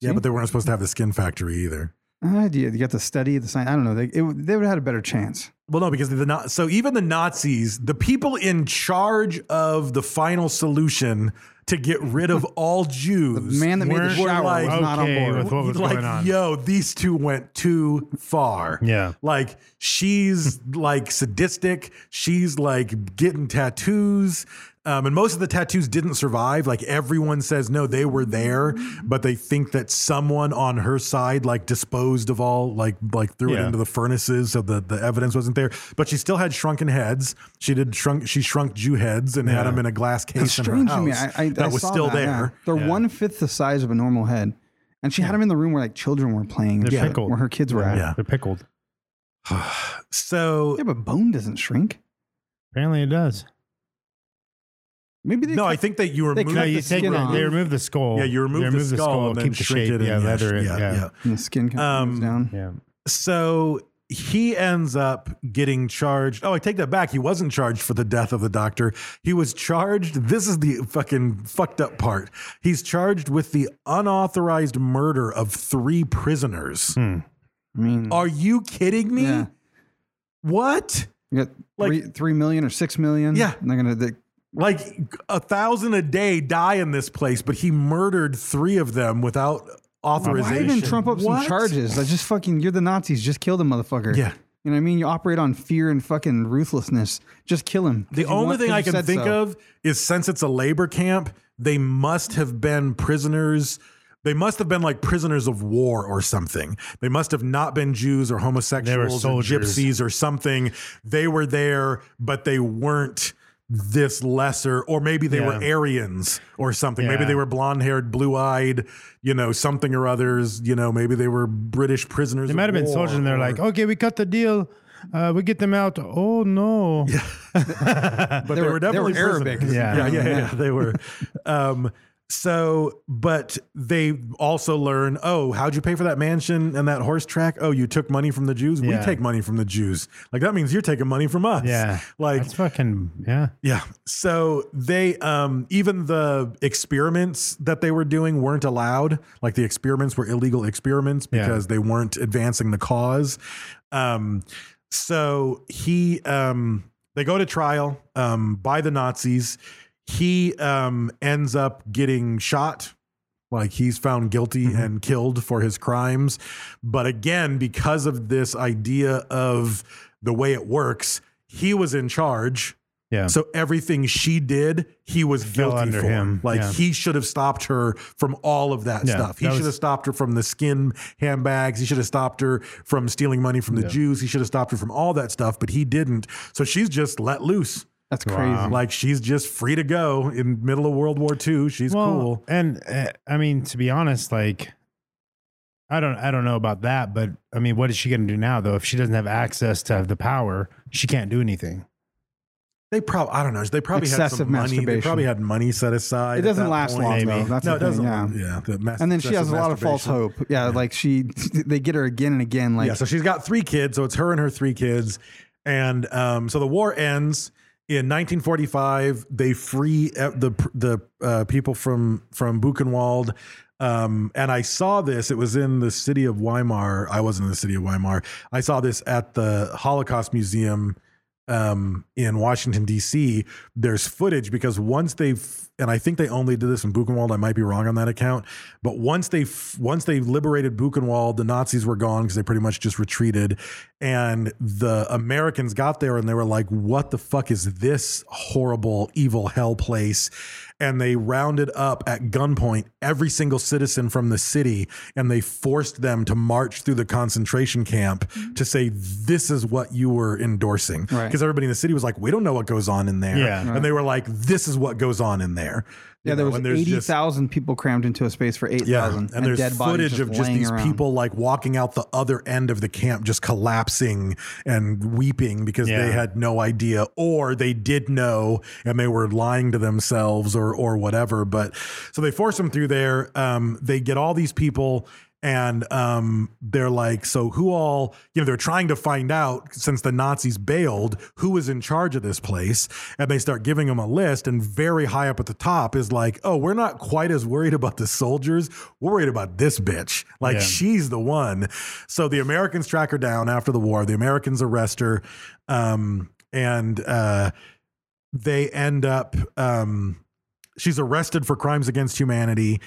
yeah, but they weren't supposed to have the skin factory either.
idea. Ah, You got to study the sign. I don't know. They, it, would- they would have had a better chance.
Well, no, because the Na- so even the Nazis, the people in charge of the final solution to get rid
<laughs>
of all Jews,
man that made the
were
shower was
like,
not on
okay
board.
with what was
like,
going on.
yo, these two went too far.
Yeah.
like she's like sadistic. She's like getting tattoos. Um, and most of the tattoos didn't survive. Like everyone says, no, they were there,
Mm-hmm.
but they think that someone on her side like disposed of all, like like threw it
Yeah.
into the furnaces, so the, the evidence wasn't there. But she still had shrunken heads. She did shrunk. She shrunk Jew heads and had them in a glass case
It's
in
strange
her
to
house
me. I, I,
that
I
was
saw
still
that,
there.
yeah. They're one fifth the size of a normal head, and she had them in the room where like children were playing. and
They're
shit,
pickled.
Where her kids were at.
Yeah.
They're pickled.
So
Yeah, but bone doesn't shrink.
Apparently it does.
Maybe they
no,
cut-
I think that you
They
removed
cut
No, you
the
take
skin
the-
off.
they remove the skull.
Yeah, you remove,
They
the skull, and then
keep the
shrink
shape,
it. in.
yeah, leather it. Yeah,
and the skin kind of
Um,
moves down.
yeah.
So he ends up getting charged. Oh, I take that back. He wasn't charged for the death of the doctor. He was charged. This is the fucking fucked up part. He's charged with the unauthorized murder of three prisoners.
I mean,
Are you kidding me?
Yeah.
What?
you got
like-
three, three million or six million.
Yeah.
and they're gonna. They,
Like a thousand a day die in this place, but he murdered three of them without
why
authorization.
even trump up some
What?
charges? I just fucking. You're the Nazis. Just kill the motherfucker.
Yeah.
You know what I mean? You operate on fear and fucking ruthlessness. Just kill him.
The
'Cause you
only
want-
thing
'cause
I
you
can
said
think
so.
of is since it's a labor camp, they must have been prisoners. They must have been like prisoners of war or something. They must have not been Jews or homosexuals or
soldiers.
gypsies or something. They were there, but they weren't this lesser, or maybe they were
Yeah.
Aryans or something. Maybe
Yeah.
they were blonde haired, blue eyed, you know, something or others. You know, maybe they were British prisoners.
They might have been soldiers, and they're like, "Okay, we cut the deal. Uh, we get them out." Oh no!
but they,
They
were,
were- they
definitely
were
prisoners.
Arabic.
<laughs>
Yeah.
yeah, yeah, yeah, yeah, They were. Um, so, but they also learn. Oh, how'd you pay for that mansion and that horse track? Oh, you took money from the Jews.
Yeah.
We take money from the Jews. Like that means you're taking money from us.
Yeah,
like
that's fucking yeah.
yeah. So they um even the experiments that they were doing weren't allowed. Like the experiments were illegal experiments
Yeah.
because they weren't advancing the cause. Um so he um they go to trial um by the Nazis. He um ends up getting shot like he's found guilty and killed for his crimes. But again, because of this idea of the way it works, he was in charge.
Yeah.
So everything she did, he was
Fell
guilty
under
for.
him,
Like
yeah.
he should have stopped her from all of that
Yeah,
stuff. He
that
should
was-
have stopped her from the skin handbags. He should have stopped her from stealing money from the Jews. He should have stopped her from all that stuff, but he didn't. So she's just let loose.
That's crazy.
Like she's just free to go in middle of World War II. She's cool.
And uh, I mean, to be honest, like I don't, I don't know about that, but I mean, what is she going to do now though? If she doesn't have access to have the power, she can't do anything.
They probably, I don't know. They probably had
Excessive
some money. They
masturbation.
probably had money set aside.
It
at
doesn't
that
last
point.
long
maybe.
though. That's
no,
the
it doesn't.
Thing, yeah.
Yeah. the mas-
And then she has a
excessive
lot of false
masturbation.
hope. Yeah, like she, they get her again and again. Like
yeah, so she's got three kids. So it's her and her three kids. And um, so the war ends in 1945. They free uh, the the uh, people from from Buchenwald. Um, and I saw this. It was in the city of Weimar. I wasn't in the city of Weimar. I saw this at the Holocaust Museum um, in Washington D.C. There's footage because once they have and I think they only did this in Buchenwald. I might be wrong on that account, but once they f- once they liberated Buchenwald, the Nazis were gone because they pretty much just retreated, and the Americans got there and they were like, "What the fuck is this horrible evil hell place?" And they rounded up at gunpoint every single citizen from the city, and they forced them to march through the concentration camp to say, "This is what you were endorsing."
Right.
because everybody in the city was like, "We don't know what goes on in there,"
Yeah.
and they were like, "This is what goes on in there."
Yeah,
You
there
know,
was
and there's
eighty
just-
thousand people crammed into a space for eight
Yeah,
thousand,
and, there's footage of just these people like walking out the other end of the camp, just collapsing and weeping because
Yeah.
they had no idea, or they did know and they were lying to themselves, or or whatever. But so they force them through there. Um, they get all these people. And um, they're like, so who all, you know, they're trying to find out since the Nazis bailed who was in charge of this place. And they start giving them a list. And very high up at the top is like, oh, we're not quite as worried about the soldiers. We're worried about this bitch. Like,
Yeah.
she's the one. So the Americans track her down after the war. The Americans arrest her. Um, and uh, they end up, um, she's arrested for crimes against humanity.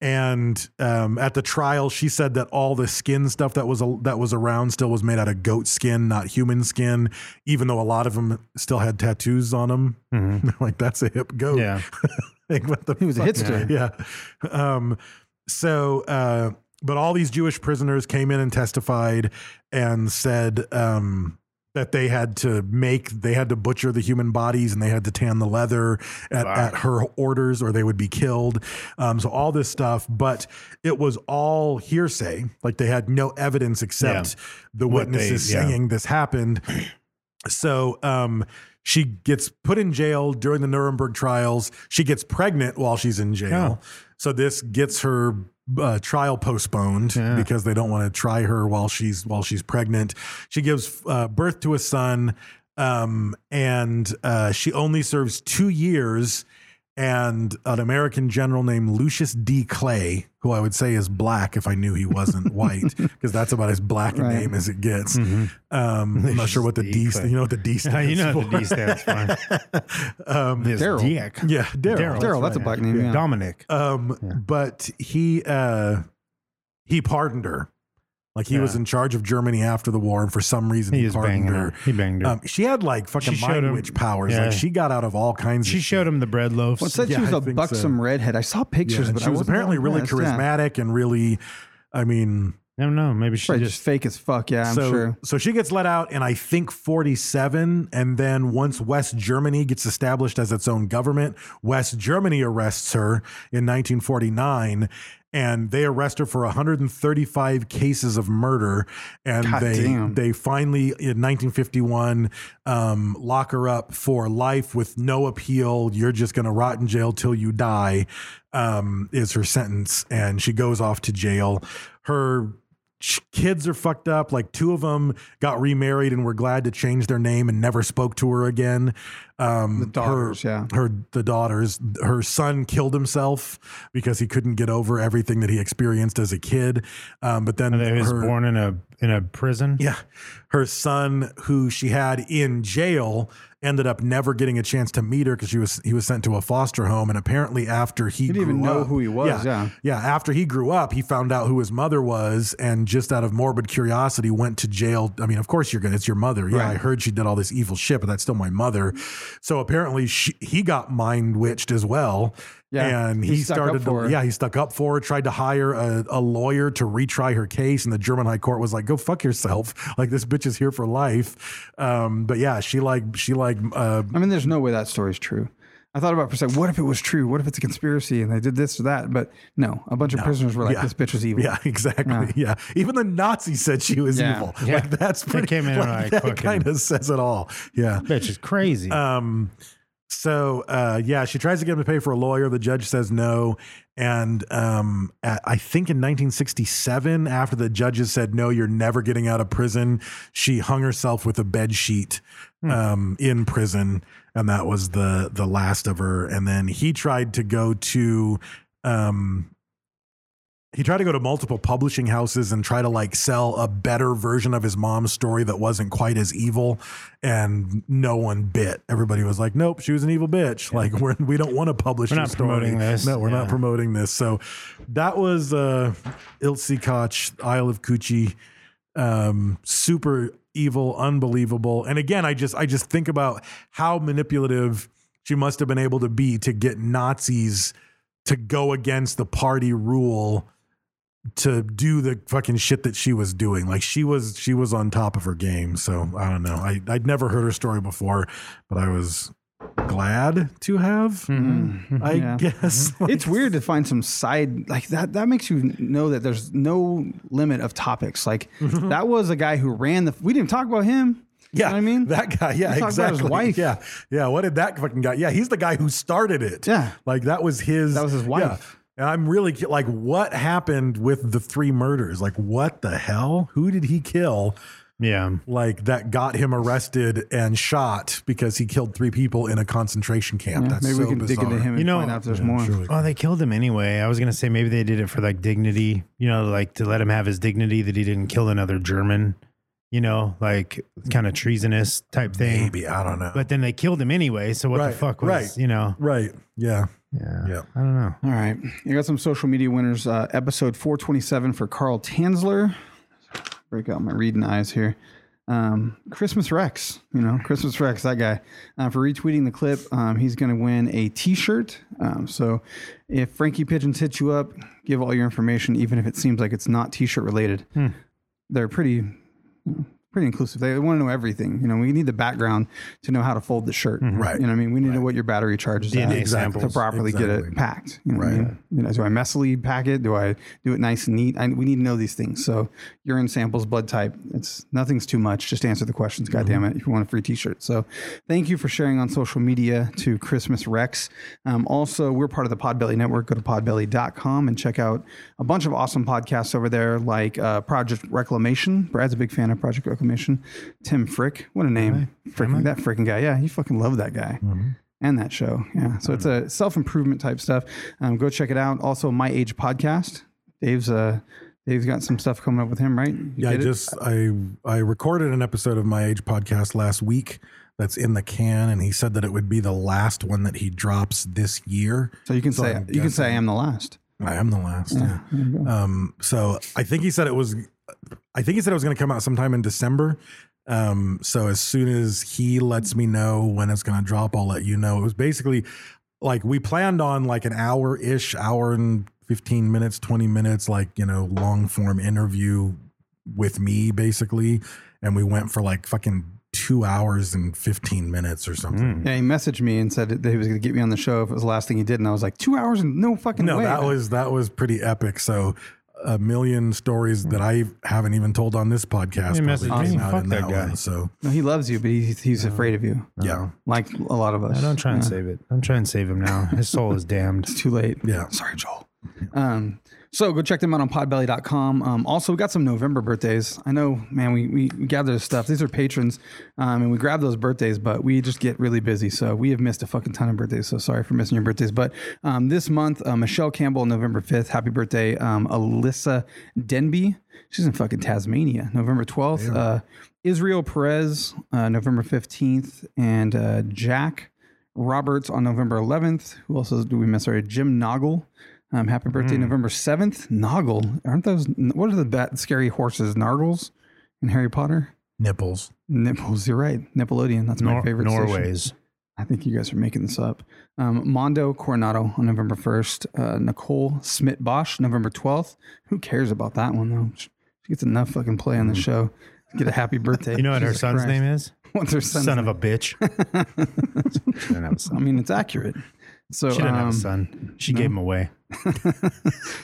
And um, at the trial, she said that all the skin stuff that was that was around still was made out of goat skin, not human skin. Even though a lot of them still had tattoos on them, <laughs> like that's a hip goat.
Yeah.
<laughs> Like, what the
He was a
fuck?
hitster.
<laughs> Yeah. Um, so, uh, but all these Jewish prisoners came in and testified and said um, that they had to make, they had to butcher the human bodies and they had to tan the leather at, at her orders or they would be killed. Um, so, all this stuff, but it was all hearsay. Like they had no evidence except the
What they-
witnesses
yeah.
saying this happened. So um, She gets put in jail during the Nuremberg trials. She gets pregnant while she's in jail. So this gets her uh, trial postponed because they don't want to try her while she's while she's pregnant. She gives uh, birth to a son, um, and uh, she only serves two years. And an American general named Lucius D. Clay, who I would say is black if I knew he
<laughs>
wasn't white, because that's about as black a
Right.
name as it gets.
Mm-hmm.
Um, I'm not sure what the D,
D.
st- you know what the
<laughs>
D
Yeah,
stands
you know what
for.
the D stands for.
<laughs>
um,
Daryl.
Dick.
Yeah, Daryl.
Daryl.
Daryl, that's a
right.
black name. Yeah.
Dominic.
Um, but he uh, he pardoned her. Like he was
Yeah.
in charge of Germany after the war, and for some reason
He
he,
is banging
pardoned her.
her. He banged her.
Um, she had like fucking
She showed
mind
him-
witch powers.
yeah.
Like she got out of all kinds.
she
of
showed him the bread loaves.
Well, it said
Yeah,
she was
I
a
think
buxom
so.
redhead. I saw
Yeah,
pictures,
and
but
she
I
was
wasn't
apparently really
impressed, yeah.
charismatic and really, I mean,
I don't know. Maybe she
Right,
just
just fake as fuck. Yeah, I'm
so,
sure.
So she gets let out in I think 47 and then once West Germany gets established as its own government, West Germany arrests her in 1949 and they arrest her for 135 cases of murder and
God
they
damn.
they finally in 1951 um, lock her up for life with no appeal. You're just going to rot in jail till you die um, is her sentence and she goes off to jail. Her ch- kids are fucked up. Like two of them got remarried and were glad to change their name and never spoke to her again. Um,
The daughters,
her,
yeah.
her the daughters. Her son killed himself because he couldn't get over everything that he experienced as a kid. Um, but then
and that he was
her,
born in a in a prison.
yeah. Her son, who she had in jail, ended up never getting a chance to meet her because she was he was sent to a foster home. And apparently after he, grew
didn't even know
up-
who he was, yeah.
Yeah. After he grew up, he found out who his mother was and just out of morbid curiosity went to jail. I mean, of course you're gonna it's your mother. Yeah, I heard she did all this evil shit, but that's still my mother. So apparently she, he got mind witched as well.
Yeah,
and
he
he,
stuck up
started
for
to,
her.
yeah, he stuck up for her, tried to hire a, a lawyer to retry her case, and the German High Court was like, "Go fuck yourself! <laughs> Like this bitch is here for life." Um, but yeah, she like she like uh,
I mean, there's no way that story's true. I thought about it for a second. What if it was true? What if it's a conspiracy and they did this or that? But no, a bunch of prisoners were like,
yeah.
"This bitch was evil."
yeah, <laughs> exactly, yeah. Even the Nazis said she was
Yeah.
evil.
Yeah.
Like that's
They
pretty.
came in
<laughs>
and
like,
like
that
fucking-
kind of says it all. Yeah.
Bitch is crazy.
Um, so uh, yeah, she tries to get him to pay for a lawyer. The judge says no, and um, at- I think in 1967, after the judges said no, you're never getting out of prison, she hung herself with a bed sheet um, in prison, and that was the the last of her. And then he tried to go to. Um, he tried to go to multiple publishing houses and try to like sell a better version of his mom's story that wasn't quite as evil and no one bit everybody was like nope she was an evil bitch like we're, we don't want to publish
We're
your
not
story.
promoting this.
no we're not
Yeah.
promoting this so that was uh ilse koch isle of coochie um, super evil, unbelievable. And again, I just I just think about how manipulative she must have been able to be to get Nazis to go against the party rule to do the fucking shit that she was doing. Like she was she was on top of her game. So I don't know. I I'd never heard her story before, but I was glad to have. I
Hmm. <laughs> Yeah. Mm-hmm.
guess <laughs>
It's weird to find some side like that. That makes you know that there's no limit of topics. Like that was a guy who ran the. We didn't talk about him. You
Mm-hmm. Yeah,
know what I mean
that guy. Yeah,
We talked
exactly.
about his wife.
Yeah, yeah. What did that fucking guy? Yeah, he's the guy who started it.
Yeah.
like that was his.
That was his
yeah.
wife.
And I'm really cu- like, what happened with the three murders? Like, what the hell? Who did he kill?
yeah.
Like that got him arrested and shot because he killed three people in a concentration camp. That's
Maybe
so
we can
bizarre.
dig into him and
You know-
find out if there's more.
Surely.
Well, Oh, they killed him anyway. I was gonna say maybe they did it for like dignity, you know, like to let him have his dignity that he didn't kill another German, you know, like kind of treasonous type thing.
Maybe I don't know.
But then they killed him anyway. So what
Right,
the fuck was
right.
you know?
right? Yeah.
Yeah.
Yeah.
I don't know.
All right, I got some social media winners. Uh, episode 427 for Carl Tanzler. Break out my reading eyes here. Um, Christmas Rex, you know, Christmas Rex, that guy. Uh, for retweeting the clip, um, he's going to win a t shirt. Um, so if Frankie Pigeons hit you up, give all your information, even if it seems like it's not t shirt related. They're pretty you know, pretty inclusive. They want to know everything. You know, we need the background to know how to fold the shirt.
Right.
You know what I mean? We need to know what your battery charge is at
DNA Exactly.
to properly get
Exactly.
it packed. You know what I
Right.
mean? You know, do I messily pack it? Do I do it nice and neat? I, we need to know these things. So urine samples, blood type, it's nothing's too much. Just answer the questions.
Mm-hmm.
God damn it. If you want a free t-shirt. So thank you for sharing on social media to Christmas Rex. Um, also, we're part of the Podbelly Network. Go to podbelly.com and check out a bunch of awesome podcasts over there like uh, Project Reclamation. Brad's a big fan of Project Reclamation. Tim Frick. What a name. Frickin- that freaking guy. Yeah. You fucking love that guy
Mm-hmm.
and that show. Yeah. So it's
Hmm.
a self improvement type stuff. Um, go check it out. Also, My Age Podcast. Dave's uh, Dave's got some stuff coming up with him, right? You
Yeah, I
did it?
just I I recorded an episode of my age podcast last week that's in the can, and he said that it would be the last one that he drops this year.
So you can say
I'm
you can say I
guessing-
am the last.
I am the last. Yeah. Um. So I think he said it was. I think he said it was going to come out sometime in December. Um. So as soon as he lets me know when it's going to drop, I'll let you know. It was basically like we planned on like an hour ish, hour and fifteen minutes, twenty minutes, like you know, long form interview with me basically, and we went for like fucking two hours and fifteen minutes or something.
Yeah, he messaged me and said that he was going to get me on the show if it was the last thing he did, and I was like, two hours and no fucking
No,
way.
that was that was pretty epic. So a million stories that I haven't even told on this podcast
He
probably
messaged me.
came out
Fuck
in
that
that,
guy.
way. So
No, he loves you, but he's he's afraid of you,
yeah,
like a lot of us.
I don't try and
Yeah.
save it. I'm trying to save him now. His soul is damned.
It's too late.
yeah.
Sorry, Joel. Um, so go check them out on podbelly.com. Um, also, we got some November birthdays. I know, man, we, we gather this stuff. These are patrons, um, and we grab those birthdays, but we just get really busy. So we have missed a fucking ton of birthdays. So sorry for missing your birthdays. But um, this month, uh, Michelle Campbell, November 5th, happy birthday. Um, Alyssa Denby, she's in fucking Tasmania, November 12th. Uh, Israel Perez, uh, November 15th, and uh, Jack. Roberts on November 11th. Who else is, do we miss? Sorry, Jim Noggle. Um, happy birthday,
Hmm.
November 7th. Noggle. Aren't those, what are the bat, scary horses? Nargles in Harry Potter?
Nipples.
Nipples, you're right. Nickelodeon. That's my
Nor-
favorite station.
Norway's.
I think you guys are making this up. Um, Mondo Coronado on November 1st. Uh, Nicole Smit Bosch, November 12th. Who cares about that one, though? She gets enough fucking play on the show. Get a happy birthday.
Hmm. You know what her
Jesus
son's
Christ.
name is?
What's her son's
son
name?
of a bitch. she didn't have a son.
I mean, it's accurate. So
She didn't have
um,
a son. She gave him away.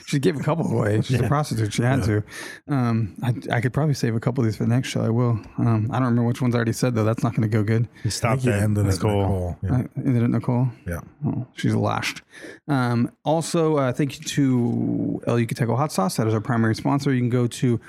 she gave a couple away. She's a prostitute. She had to. Um, I, I could probably save a couple of these for the next show. I will. Um, I don't remember which ones I already said though. That's not going to go good.
I
He stopped
think you
that.
ended
That's
it
cool.
Nicole. Yeah.
Uh, ended it, Nicole.
yeah.
Oh, she's lashed. Um, also, uh, thank you to El Yucateco Hot Sauce. That is our primary sponsor. You can go to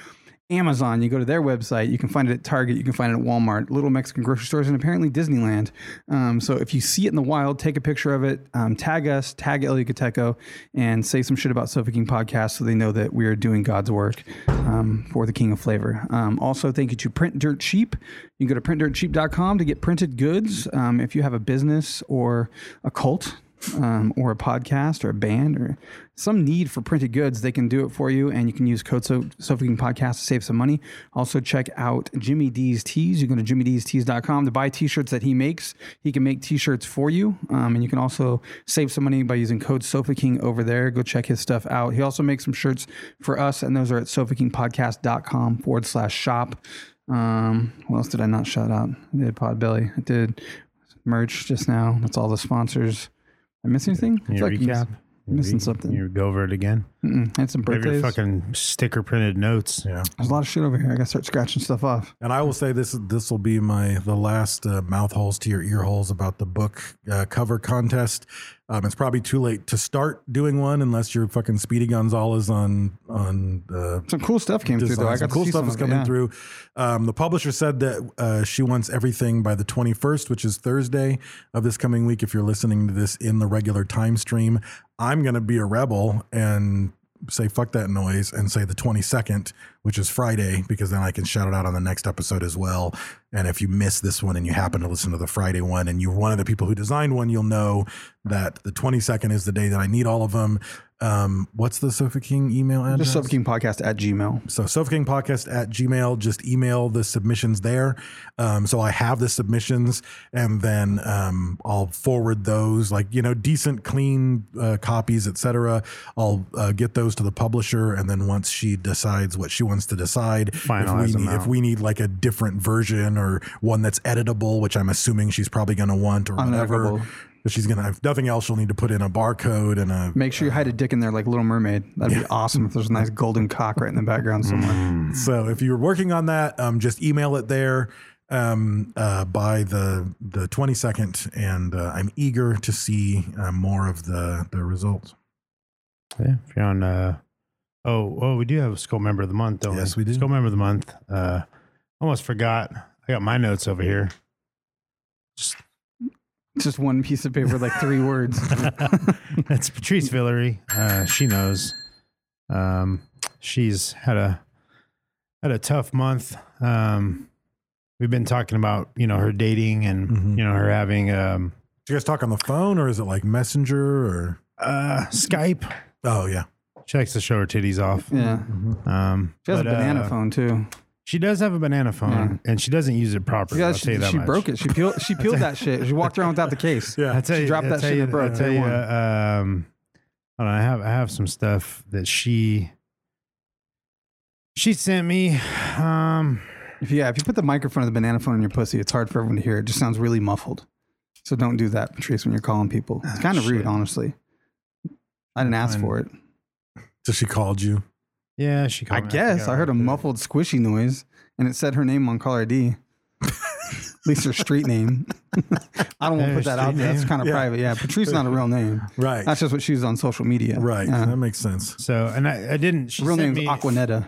Amazon. You go to their website. You can find it at Target. You can find it at Walmart, little Mexican grocery stores, and apparently Disneyland. Um, so if you see it in the wild, take a picture of it, um, tag us, tag El Yucateco, and say some shit about Sofa King Podcast so they know that we are doing God's work um, for the King of Flavor. Um, also, thank you to Print Dirt Cheap. You can go to printdirtcheap.com to get printed goods. Um, if you have a business or a cult, um, or a podcast or a band or some need for printed goods, they can do it for you. And you can use code so- Sofa King Podcast to save some money. Also, check out Jimmy D's Tees. You can go to jimmydstees.com to buy t shirts that he makes. He can make t shirts for you. Um, and you can also save some money by using code Sofa King over there. Go check his stuff out. He also makes some shirts for us, and those are at sofakingpodcast.com forward slash shop. Um, what else did I not shout out? I did Podbelly. I did merch just now. That's all the sponsors. I miss anything?
Can you
I'm
recap?
missing
You-
something.
You go over it again.
I had some
Have your
birthdays.
fucking sticker printed notes.
Yeah.
There's a lot of shit over here. I gotta start scratching stuff off.
And I will say this: this will be my the last uh, mouth holes to your ear holes about the book uh, cover contest. Um, it's probably too late to start doing one unless you're fucking Speedy Gonzalez on on uh,
Some cool stuff came through though. I
designs.
got to
cool
see
stuff
some
is
of it,
coming
yeah.
through. Um, the publisher said that uh, she wants everything by the 21st, which is Thursday of this coming week. If you're listening to this in the regular time stream, I'm going to be a rebel and say fuck that noise and say the 22nd, which is Friday, because then I can shout it out on the next episode as well. And if you miss this one and you happen to listen to the Friday one and you're one of the people who designed one, you'll know that the 22nd is the day that I need all of them. Um, what's the Sofa King email address?
Just subkingpodcast at Gmail.
So Podcast at Gmail, just email the submissions there. Um, so I have the submissions and then um, I'll forward those like, you know, decent, clean uh, copies, etc. I'll uh, get those to the publisher. And then once she decides what she wants to decide,
Finalize
if, we
them
need, if
out.
we need like a different version or one that's editable, which I'm assuming she's probably going to want or whatever.
Uneditable.
If she's going to have nothing else, she'll need to put in a barcode and a
Make sure you hide a dick in there like Little Mermaid. That'd be awesome if there's a nice golden cock right in the background
Mm-hmm.
somewhere.
So if you're working on that, um, just email it there um, uh, by the the 22nd, and uh, I'm eager to see uh, more of the the results.
Yeah, if you're on, uh, oh, oh, we do have a Skull Member of the Month, don't
Yes,
we?
we do.
Skull Member of the Month. Uh, almost forgot. I got my notes over here. <laughs>
Just one piece of paper, like three
<laughs>
words.
That's Patrice Villery. Uh, she knows. Um, she's had a had a tough month. Um, we've been talking about you know her dating and
Mm-hmm.
you know her having um,
Do you guys talk on the phone, or is it like Messenger, or
uh, Skype.
oh yeah,
She likes to show her titties off.
Yeah.
Um,
She has
but,
a banana
uh,
phone too.
She does have a banana phone, and she doesn't use it properly.
You
I'll
guys,
tell
she
you that
she
much.
broke it. She peeled. She peeled that shit. She walked around without the case.
Yeah.
I tell
She
you,
dropped
I
that
tell
shit
you,
and broke
I tell
day
you,
one.
um, I, don't know, I have I have some stuff that she she sent me. Um,
If you, yeah, if you put the microphone of the banana phone in your pussy, it's hard for everyone to hear. It just sounds really muffled. So don't do that, Patrice, when you're calling people. It's
Ah,
kind of rude, honestly. I didn't ask for it.
so she called you.
yeah, she.
I
called me.
guess
forgot
I heard a
what the-
muffled, squishy noise, and it said her name on caller ID. At least her street name. <laughs> I don't
Her
want to put that
street
out there. That's
name?
kind of private. Yeah, Patrice is not a real name.
Right.
That's just what she was on social media.
Right,
Yeah.
that makes sense.
So, and I, I didn't. She
Her real
sent
name's
me,
Aquanetta.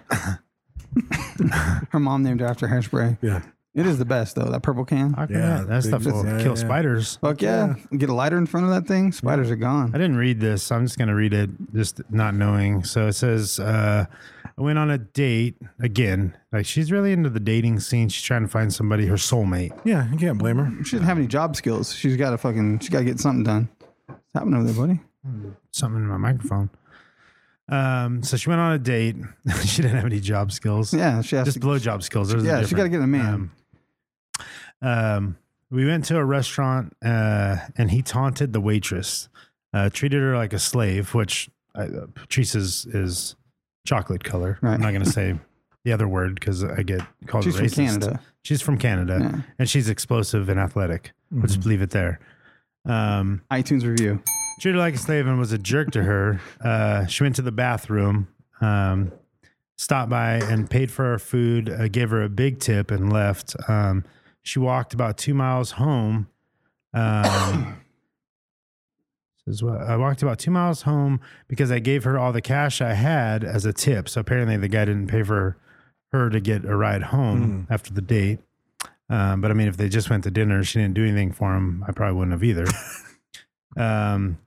her mom named her after hairspray.
Yeah,
It is the best though. That purple can.
Aquanet.
Yeah,
that stuff
big-
will
yeah,
kill
yeah.
spiders.
Fuck yeah. Get a lighter in front of that thing. Spiders are gone.
I didn't read this. so I'm just going to read it, just not knowing. So it says, uh, I went on a date again. Like she's really into the dating scene. She's trying to find somebody, her soulmate.
yeah, you can't blame her.
She doesn't have any job skills. She's got to fucking. She's got to get something done. What's happening over there, buddy?
something in my microphone. Um, so she went on a date. <laughs> she didn't have any job skills.
Yeah, she has
just
to-
blowjob skills. There's a
Yeah, she got to
difference.
get a man.
Um, um, we went to a restaurant, uh, and he taunted the waitress, uh, treated her like a slave, which I, uh, Patrice is, is chocolate color.
Right.
I'm not going to say the other word because I get called
She's from
racist.
Canada.
She's from Canada,
Yeah. Mm-hmm.
and she's explosive and athletic. We'll just leave it there. Um,
iTunes review.
treated her like a slave and was a jerk to her. Uh, she went to the bathroom, um, stopped by and paid for her food, uh, gave her a big tip, and left. Um, she walked about two miles home. Um, <coughs> says what I walked about two miles home because I gave her all the cash I had as a tip. So apparently the guy didn't pay for her to get a ride home after the date. Um, but I mean, if they just went to dinner, she didn't do anything for him. I probably wouldn't have either. Um,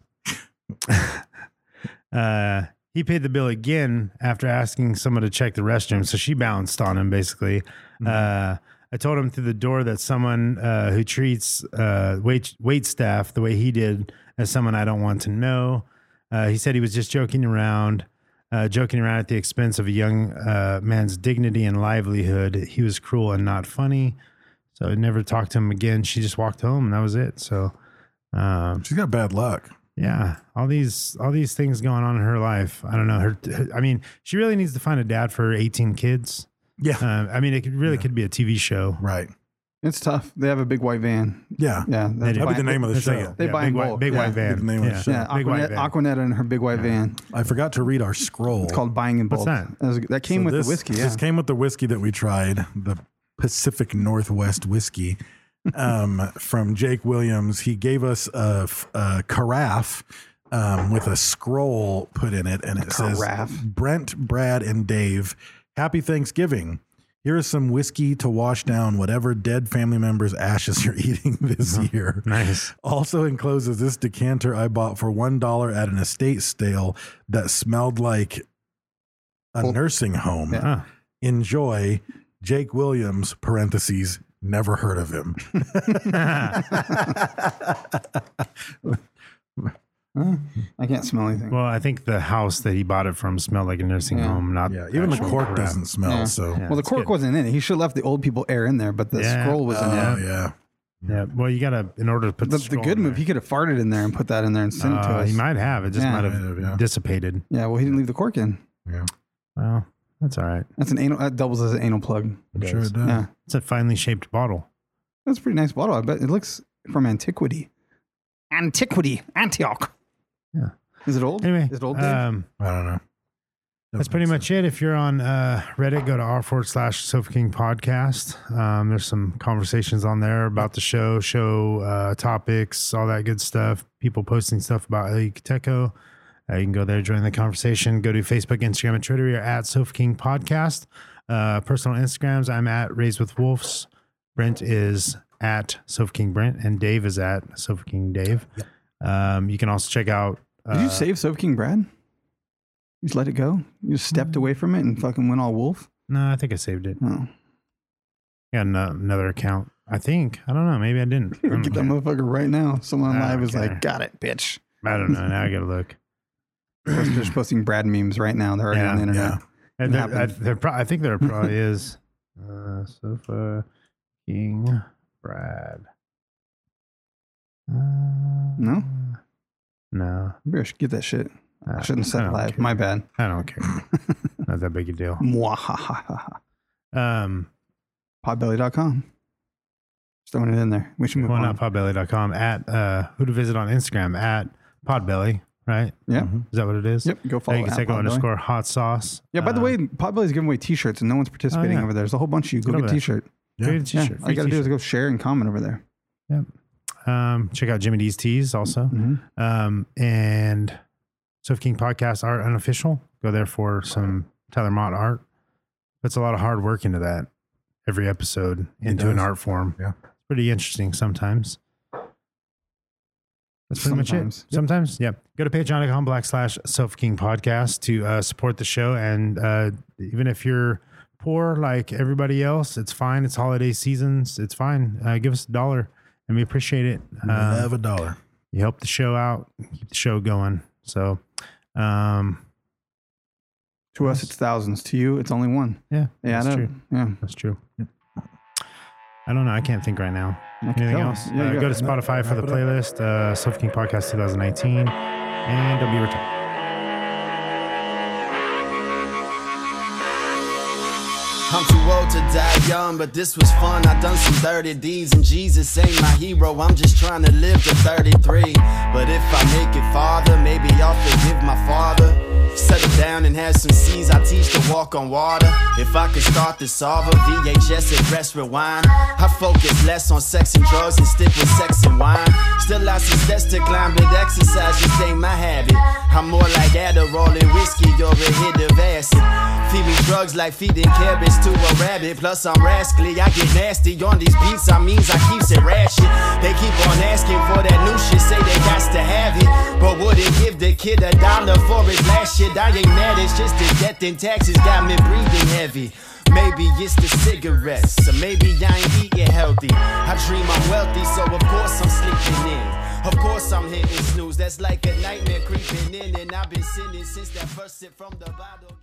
uh, he paid the bill again after asking someone to check the restroom. So she bounced on him basically. Uh, I told him through the door that someone uh, who treats uh, wait wait staff the way he did as someone I don't want to know. Uh, he said he was just joking around, uh, joking around at the expense of a young uh, man's dignity and livelihood. He was cruel and not funny. So I never talked to him again. She just walked home, and that was it. So. Um,
She's got bad luck.
yeah, all these all these things going on in her life. I don't know her. I mean, she really needs to find a dad for her eighteen kids.
Yeah,
Um, I mean, it could, really could be a TV show.
right.
It's tough. They have a big white van.
Yeah,
Yeah, that's
do.
That'd be the name of the
It's
show.
like a-
They buy
big
in
white,
bulk,
big
yeah.
white van.
The name of the
Yeah.
show.
Yeah,
Big white
Aquanet,
van.
Aquanetta and her big white van.
I forgot to read our scroll.
It's called buying in bulk.
What's that?
was- that came
So
with
this-
the whiskey. Yeah.
This came with the whiskey that we tried, the Pacific Northwest whiskey um, <laughs> from Jake Williams. He gave us a, f- a carafe um, with a scroll put in it, and it
Carafe.
says Brent, Brad, and Dave, happy Thanksgiving. Here is some whiskey to wash down whatever dead family member's ashes you're <laughs> eating this
Mm-hmm.
year.
Nice.
Also encloses this decanter I bought for $1 at an estate sale that smelled like a nursing home.
Ah.
Enjoy Jake Williams, parentheses, never heard of him.
Huh? I can't smell anything.
Well, I think the house that he bought it from smelled like a nursing
Yeah.
home, not
Yeah, even the
actual
cork
crap.
doesn't smell.
Yeah.
So
Yeah.
well, the
it's
cork
good.
wasn't in it. He should have left the old people air in there, but the
Yeah.
scroll was in
Oh,
there.
yeah.
Yeah. Well, you gotta in order to put the,
The, the
scroll
good
in
move,
there.
he could have farted in there and put that in there and sent it to
Uh,
us.
he might have. It just
Yeah.
might have
Might have, yeah.
dissipated.
Yeah, well, he didn't leave the cork in.
Well, that's all right.
That's an anal. That doubles as an anal plug.
I'm sure it does.
Yeah,
It's a finely shaped bottle.
that's a pretty nice bottle. I bet it looks from antiquity. Antiquity, Antioch.
Yeah.
Is it old?
Anyway,
is it old? Dave?
um,
I don't know.
that's pretty much it. If you're on uh, Reddit, go to r forward slash Sofa King podcast. Um, there's some conversations on there about the show, show uh, topics, all that good stuff. People posting stuff about El Yucateco. Uh, you can go there, join the conversation. Go to Facebook, Instagram, and Twitter. You're at Sofa King Podcast. Uh, personal Instagrams, I'm at Raised with Wolves. Brent is at Sofa King Brent, and Dave is at Sofa King Dave. Um, you can also check out. Uh,
Did you save Soap King Brad? You just let it go. You just
Mm.
stepped away from it and fucking went all wolf.
No, I think I saved it.
Oh,
Got an- another account. I think. I don't know. Maybe I didn't. I don't
<laughs> get that
know.
motherfucker right now. Someone
I don't
live is
care.
like, got it, <clears throat> bitch.
I don't know. Now I gotta
<laughs>
look.
They're just posting Brad memes right now. They're already
Yeah,
on the internet.
And there, I,
happened.
there pro- I think there
<laughs>
probably is. Uh, sofa King Brad. Uh,
No?
No.
Maybe I should get that shit. I shouldn't have
Ah, I
said
don't
live.
care.
My bad.
I don't
<laughs>
care. Not that big a deal.
Mwahahaha.
Um,
Podbelly.com. Just throwing it in there. We should move
well,
on.
not podbelly.com. At uh, who to visit on Instagram at podbelly. Right?
Yeah.
Is that what it is?
Yep. Go follow.
Follow you can
at
take
Podbelly.
underscore hot sauce.
Yeah. By the
Uh,
way, Podbelly's giving away T-shirts and no one's participating
yeah.
over there. There's a whole bunch of you.
Get
Go get
over
a
there.
T-shirt.
Create a
Yeah.
t-shirt.
All you got to do is go share and comment over there.
Um, check out Jimmy D's teas also.
Mm-hmm.
Um, and Surf King Podcast Art Unofficial. Go there for some Tyler Mott art. Puts a lot of hard work into that every episode into an
does.
art form.
Yeah.
It's pretty interesting sometimes. That's pretty
Sometimes.
much it. Sometimes, yeah. Go to patreon.com black slash self king podcast to uh, support the show. And uh, even if you're poor like everybody else, it's fine. It's holiday seasons. It's fine. Uh, give us a dollar and we appreciate it.
I
Um,
have a dollar.
you help the show out, keep the show going. So, um,
To us, it's thousands. To you, it's only one.
yeah,
Yeah. I
that's
don't-
true.
Yeah.
That's true. I don't know. I can't think right now.
I can
Anything
tell.
else?
Yeah,
Uh,
you
go
got-
to Spotify for the playlist, uh, Sofa King Podcast 2019, and don't be retarded.
I'm too old to die young, but this was fun. I done some dirty deeds, and Jesus ain't my hero. I'm just trying to live to 33. But if I make it farther, maybe I'll forgive my father. Settle down and have some C's. I teach to walk on water. If I could start to solve a VHS and press rewind, I focus less on sex and drugs and stick with sex and wine. Still, I success to climb, but exercise just ain't my habit. I'm more like Adderall and whiskey or a hit of acid. Feed me drugs like feeding carrots to a rabbit. Plus, I'm rascally. I get nasty on these beats. I means I keeps it ratchet. They keep on asking for that new shit. Say they got to have it. But wouldn't give the kid a dollar for his last shit. I ain't mad. It's just the debt and taxes got me breathing heavy. Maybe it's the cigarettes, or maybe I ain't eating healthy. I dream I'm wealthy, so of course I'm sleeping in. Of course I'm hitting snooze, that's like a nightmare creeping in, and I've been sinning since that first sip from the bottle.